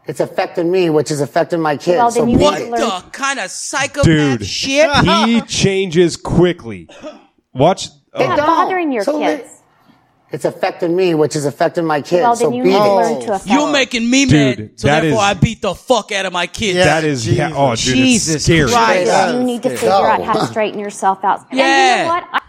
S9: It's affecting me, which is affecting my kids.
S7: Well,
S9: so
S7: then you
S9: beat
S7: need to
S9: it.
S4: What
S7: learn-
S4: the kind of psychopath
S2: Dude.
S4: shit?
S2: he changes quickly. Watch.
S9: It
S7: Not
S9: don't.
S7: bothering your
S9: So it-
S7: kids.
S9: It's affecting me, which is affecting my kids.
S7: Well,
S9: so
S7: then you
S9: beat
S7: need to
S9: it.
S7: learn to affect.
S4: You're making me
S2: Dude,
S4: mad, so
S2: that
S4: therefore
S2: is-
S4: I beat the fuck out of my kids.
S2: That is
S3: Jesus.
S2: yeah, oh, dude,
S4: Jesus
S2: it's scary.
S4: Christ.
S7: you. You need to figure out how to straighten yourself out. And
S4: Yeah.
S7: you know what? I-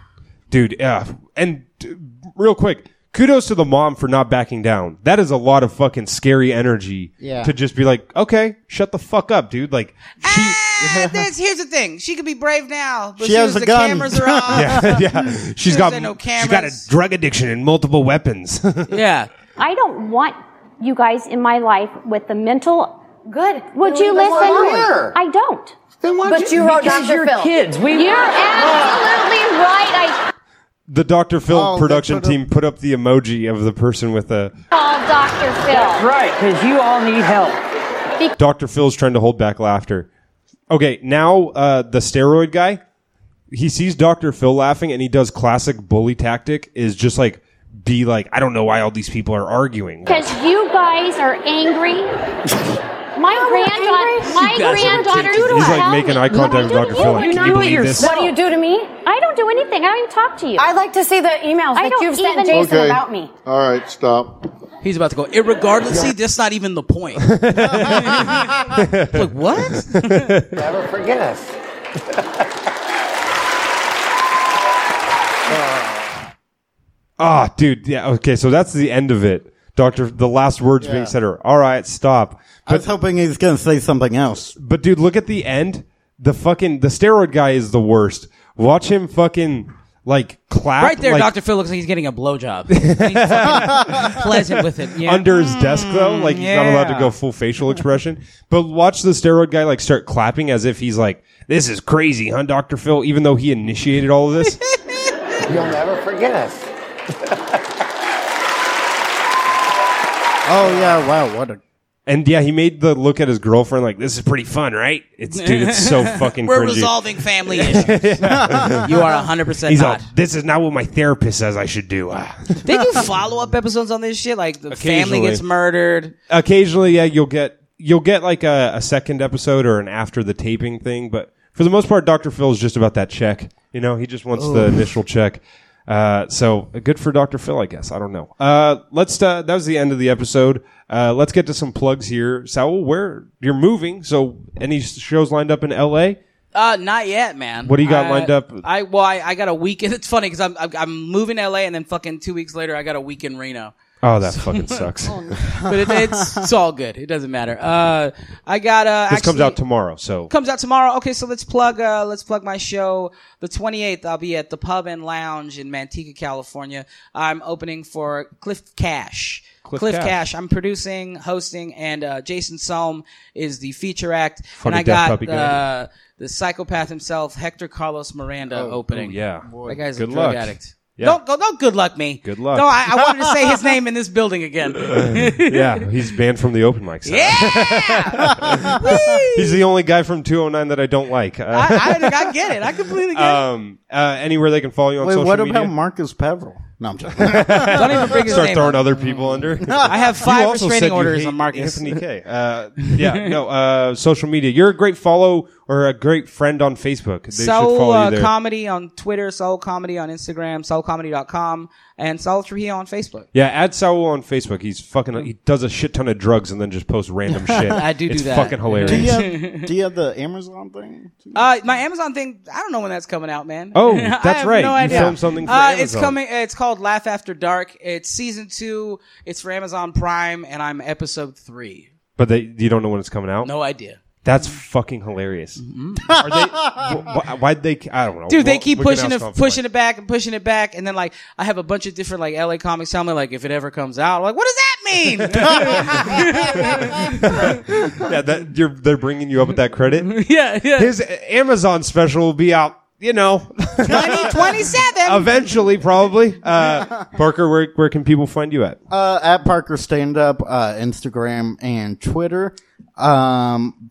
S2: dude. Uh, and d- real quick, kudos to the mom for not backing down. That is a lot of fucking scary energy.
S3: Yeah.
S2: To just be like, okay, shut the fuck up, dude. Like she,
S4: Ah, this- here's the thing. She could be brave now, but
S3: She
S4: soon
S3: has
S4: as
S3: a
S4: the
S3: gun.
S2: *laughs*
S4: cameras are off. yeah.
S2: yeah, yeah. She's got
S4: said no
S2: she's got a
S4: cameras.
S2: drug addiction and multiple weapons. *laughs*
S7: I don't want you guys in my life with the mental.
S10: good.
S7: Would you
S10: Then
S7: listen?
S10: why are we here?
S9: here?
S7: I don't.
S9: Then why
S10: But you wrote Dr. Phil.
S7: You're absolutely right. I
S2: the Dr. Phil
S8: Oh, they
S2: production
S8: put up-
S2: team put up the emoji of the person with a
S7: Call Dr. Phil.
S6: Right, because you all need help.
S2: Dr. Phil's trying to hold back laughter. Okay, now uh, the steroid guy, he sees Dr. Phil laughing and he does classic bully tactic is just like be like, I don't know why all these people are arguing.
S7: Because you guys are angry. My granddaughter, my granddaughter,
S2: He's like making eye contact with Dr. Phil. Like, Can you believe this?
S10: What do you do to me?
S7: I don't do anything. I don't even talk to you.
S10: I'd like to see the emails
S7: I
S10: that
S7: don't
S10: you've sent
S7: even-
S10: Jason
S8: Okay.
S10: about me.
S8: All right, stop.
S4: He's about to go. Irregardless, see, that's not even
S2: *laughs*
S4: the point. like what?
S9: Never forget us.
S2: Ah, dude. Yeah. Okay. So that's the end of it. Doctor, the last words being said are, "All right, stop."
S3: I was hoping he's going to say something else.
S2: But dude, look at the end. The fucking the steroid guy is the worst. Watch him fucking like clap
S4: Right there,
S2: like,
S4: Doctor Phil looks like he's getting a blowjob. He's
S2: *laughs*
S4: fucking pleasant with it. Yeah. Mm,
S2: under his desk though. Like he's not allowed to
S4: yeah.
S2: go full facial expression. But watch the steroid guy like start clapping as if he's like, "This is crazy, huh, Doctor Phil?" Even though he initiated all of
S4: *laughs*
S2: this.
S9: You'll never forget us.
S3: Oh yeah, wow, what a
S2: and yeah, he made the look at his girlfriend like, "This is pretty fun, right?" It's dude, it's
S4: *laughs*
S2: so fucking.
S4: We're
S2: cringy. *laughs*
S4: resolving family issues. you are 100%
S2: He's
S4: not.
S2: all, this is not what my therapist says I should do. Ah. *laughs*
S4: They do follow up episodes on this shit. Like the family gets
S2: Occasionally.
S4: murdered.
S2: Occasionally, yeah, you'll get you'll get like a, a second episode or an after the taping thing, but for the most part, Doctor Phil's just about that check. You know, he just wants the initial check. Uh, so uh, good for Doctor Phil, I guess. I don't know. Uh, let's. Uh, that was the end of the episode. Uh, let's get to some plugs here. Saul, where you're moving? So any s- shows lined up in L.A.?
S4: Uh, not yet, man.
S2: What do you got
S4: I-
S2: lined up?
S4: I well, I, I got a *laughs* weekend. It's funny because I'm, I'm I'm moving to LA, and then fucking two weeks later, I got a week in Reno.
S2: Oh, that *laughs* fucking sucks.
S4: But it, it's it's all good. It doesn't matter. Uh, I got uh.
S2: this comes
S4: actually-
S2: out tomorrow. *laughs* So
S4: comes out tomorrow. Okay, so let's plug uh let's plug my show. The 28th I'll be at the Pub and Lounge in Manteca, California. I'm opening for Cliff Cash.
S2: Cliff
S4: Cliff,
S2: Cash.
S4: Cash. I'm producing, hosting and uh Jason Sohm is the feature act
S2: Funny
S4: and I
S2: death
S4: got
S2: puppy
S4: uh, the psychopath himself Hector Carlos Miranda opening.
S2: yeah,
S4: That guy's
S2: Good
S4: a
S2: luck.
S4: drug addict.
S2: Yeah.
S4: Don't go don't good luck me.
S2: Good luck.
S4: No, I, I wanted to say
S2: *laughs*
S4: his name in this building again. *laughs*
S2: yeah, he's banned from the open mic. so.
S4: yeah. Whee!
S2: He's the only guy from 209 that I don't like. Uh,
S4: I, I, I get it. I
S2: *laughs*
S4: completely get it.
S2: um, uh, anywhere they can follow you on
S3: Wait,
S2: social
S3: what
S2: media.
S3: about Marcus Pavel? No, I'm
S2: *laughs*
S3: joking.
S4: Don't even bring his
S2: Start
S4: name
S2: throwing
S4: up.
S2: other people under.
S4: *laughs* I have
S2: You
S4: five
S2: also said
S4: restraining
S2: you
S4: orders
S2: hate
S4: on Marcus.
S2: Anthony K. Uh, yeah, no. Uh, social media. You're a great follow or a great friend on Facebook. They should
S4: Soul
S2: follow you
S4: uh,
S2: there.
S4: Comedy on Twitter, Soul Comedy on Instagram, soulcomedy.com, and Soul Trujillo on Facebook.
S2: yeah, add Saul on Facebook. He's fucking. He does a shit ton of drugs and then just posts random shit.
S4: *laughs* I do do
S2: it's
S4: that.
S2: Fucking hilarious.
S3: do, you
S4: *laughs*
S3: have, do you have the Amazon thing?
S4: Uh, my Amazon thing, I don't know when that's coming out, man.
S2: Oh,
S4: *laughs* I
S2: that's
S4: have
S2: right.
S4: No
S2: You
S4: idea.
S2: filmed something for
S4: uh, It's
S2: Amazon.
S4: coming. It's called Laugh After Dark. It's season two. It's for Amazon Prime, and I'm episode three.
S2: But they, you don't know when it's coming out.
S4: No idea.
S2: That's fucking hilarious. Are they? wh- wh- why'd they? I don't know.
S4: Mm-hmm. Dude, they
S2: Well,
S4: keep
S2: we can
S4: pushing
S2: ask
S4: it,
S2: offline.
S4: pushing it back and pushing it back, and then like I have a bunch of different like LA comics tell me like if it ever comes out, I'm like what
S2: *laughs*
S4: does that mean?
S2: Yeah, that you're. They're bringing you up with that
S4: *laughs*
S2: credit.
S4: *laughs* yeah, yeah.
S2: his Amazon special will be out, you know,
S4: 2027.
S2: *laughs* eventually, probably. Uh, Parker, where, where can people find you at?
S3: Uh, at Parker Stand Up, uh, Instagram and Twitter. Um,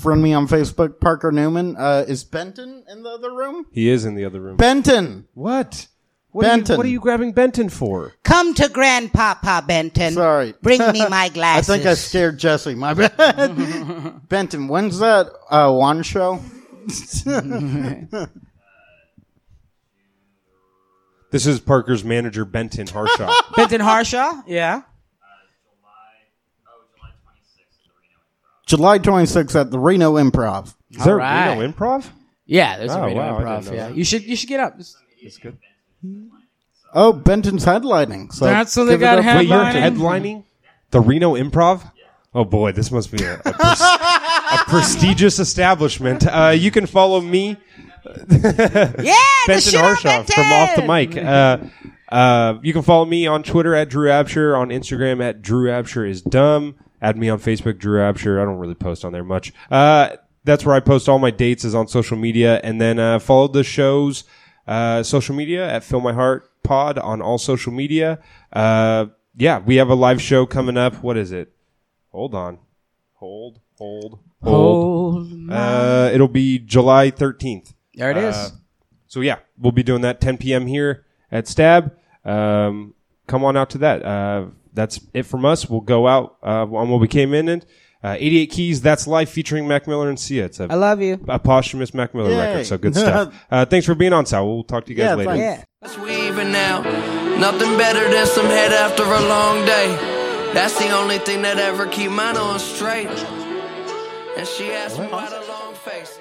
S3: friend me on Facebook, Parker Newman. Uh, is Benton in the other room?
S2: He is in the other room.
S3: Benton!
S2: what? What Are
S3: Benton.
S2: you, what are you grabbing Benton for?
S4: Come to Grandpapa Benton.
S3: Sorry.
S4: Bring
S3: *laughs*
S4: me my
S3: I
S4: glasses.
S3: think I scared Jesse. My bad.
S4: *laughs*
S3: Benton, when's that uh, one show?
S2: This is Parker's manager, Benton
S3: *laughs*
S2: Harshaw.
S4: Benton Harshaw. Yeah.
S3: July 26th at the Reno Improv.
S2: Is there
S4: right.
S2: Reno improv?
S4: Yeah. There's
S2: Oh,
S4: a radio
S2: wow, I didn't know
S4: improv. Yeah.
S2: that.
S4: You should you should get up.
S2: That's good.
S3: Oh, Benton's headlining. So
S4: That's what they
S3: give it
S4: got
S3: up for
S2: Wait, you're
S3: Benton.
S2: headlining the Reno improv? Oh boy, this must be a, a,
S3: *laughs*
S2: pres- a prestigious establishment. Uh, you can follow me
S4: Yeah. the
S2: Benson
S4: shit on
S2: Harshaw
S4: Benton.
S2: from Off the Mic. Uh, uh, you can follow me on Twitter at Drew Absher, on Instagram at Drew Absher is dumb. Add me on Facebook, Drew Absher. I don't really post on there much. Uh, that's where I post all my dates is on social media, and then uh, follow the shows. Uh, Uh, social media at Fill My Heart Pod on all social media. Uh, yeah, we have a live show coming up. What is it? Hold on. Hold, hold, hold. uh, it'll be July 13th.
S4: There it is.
S2: Uh, so yeah, we'll be doing that 10 p.m. here at Stab. Um, come on out to that. Uh, that's it from us. We'll go out uh, on what we came in and uh, 88 Keys. That's life featuring Mac Miller and Sia. It's a,
S4: I love you.
S2: a posthumous Mac Miller
S3: Yay.
S2: record. So good stuff.
S4: *laughs*
S2: Uh, thanks for being on, Sal. We'll talk to you guys
S3: Yeah,
S2: later.
S3: thanks.
S4: Yeah.
S1: It's weaving out. Nothing better than some head after a long day. That's the only thing that ever keep mine on straight. And she asked me why the long face.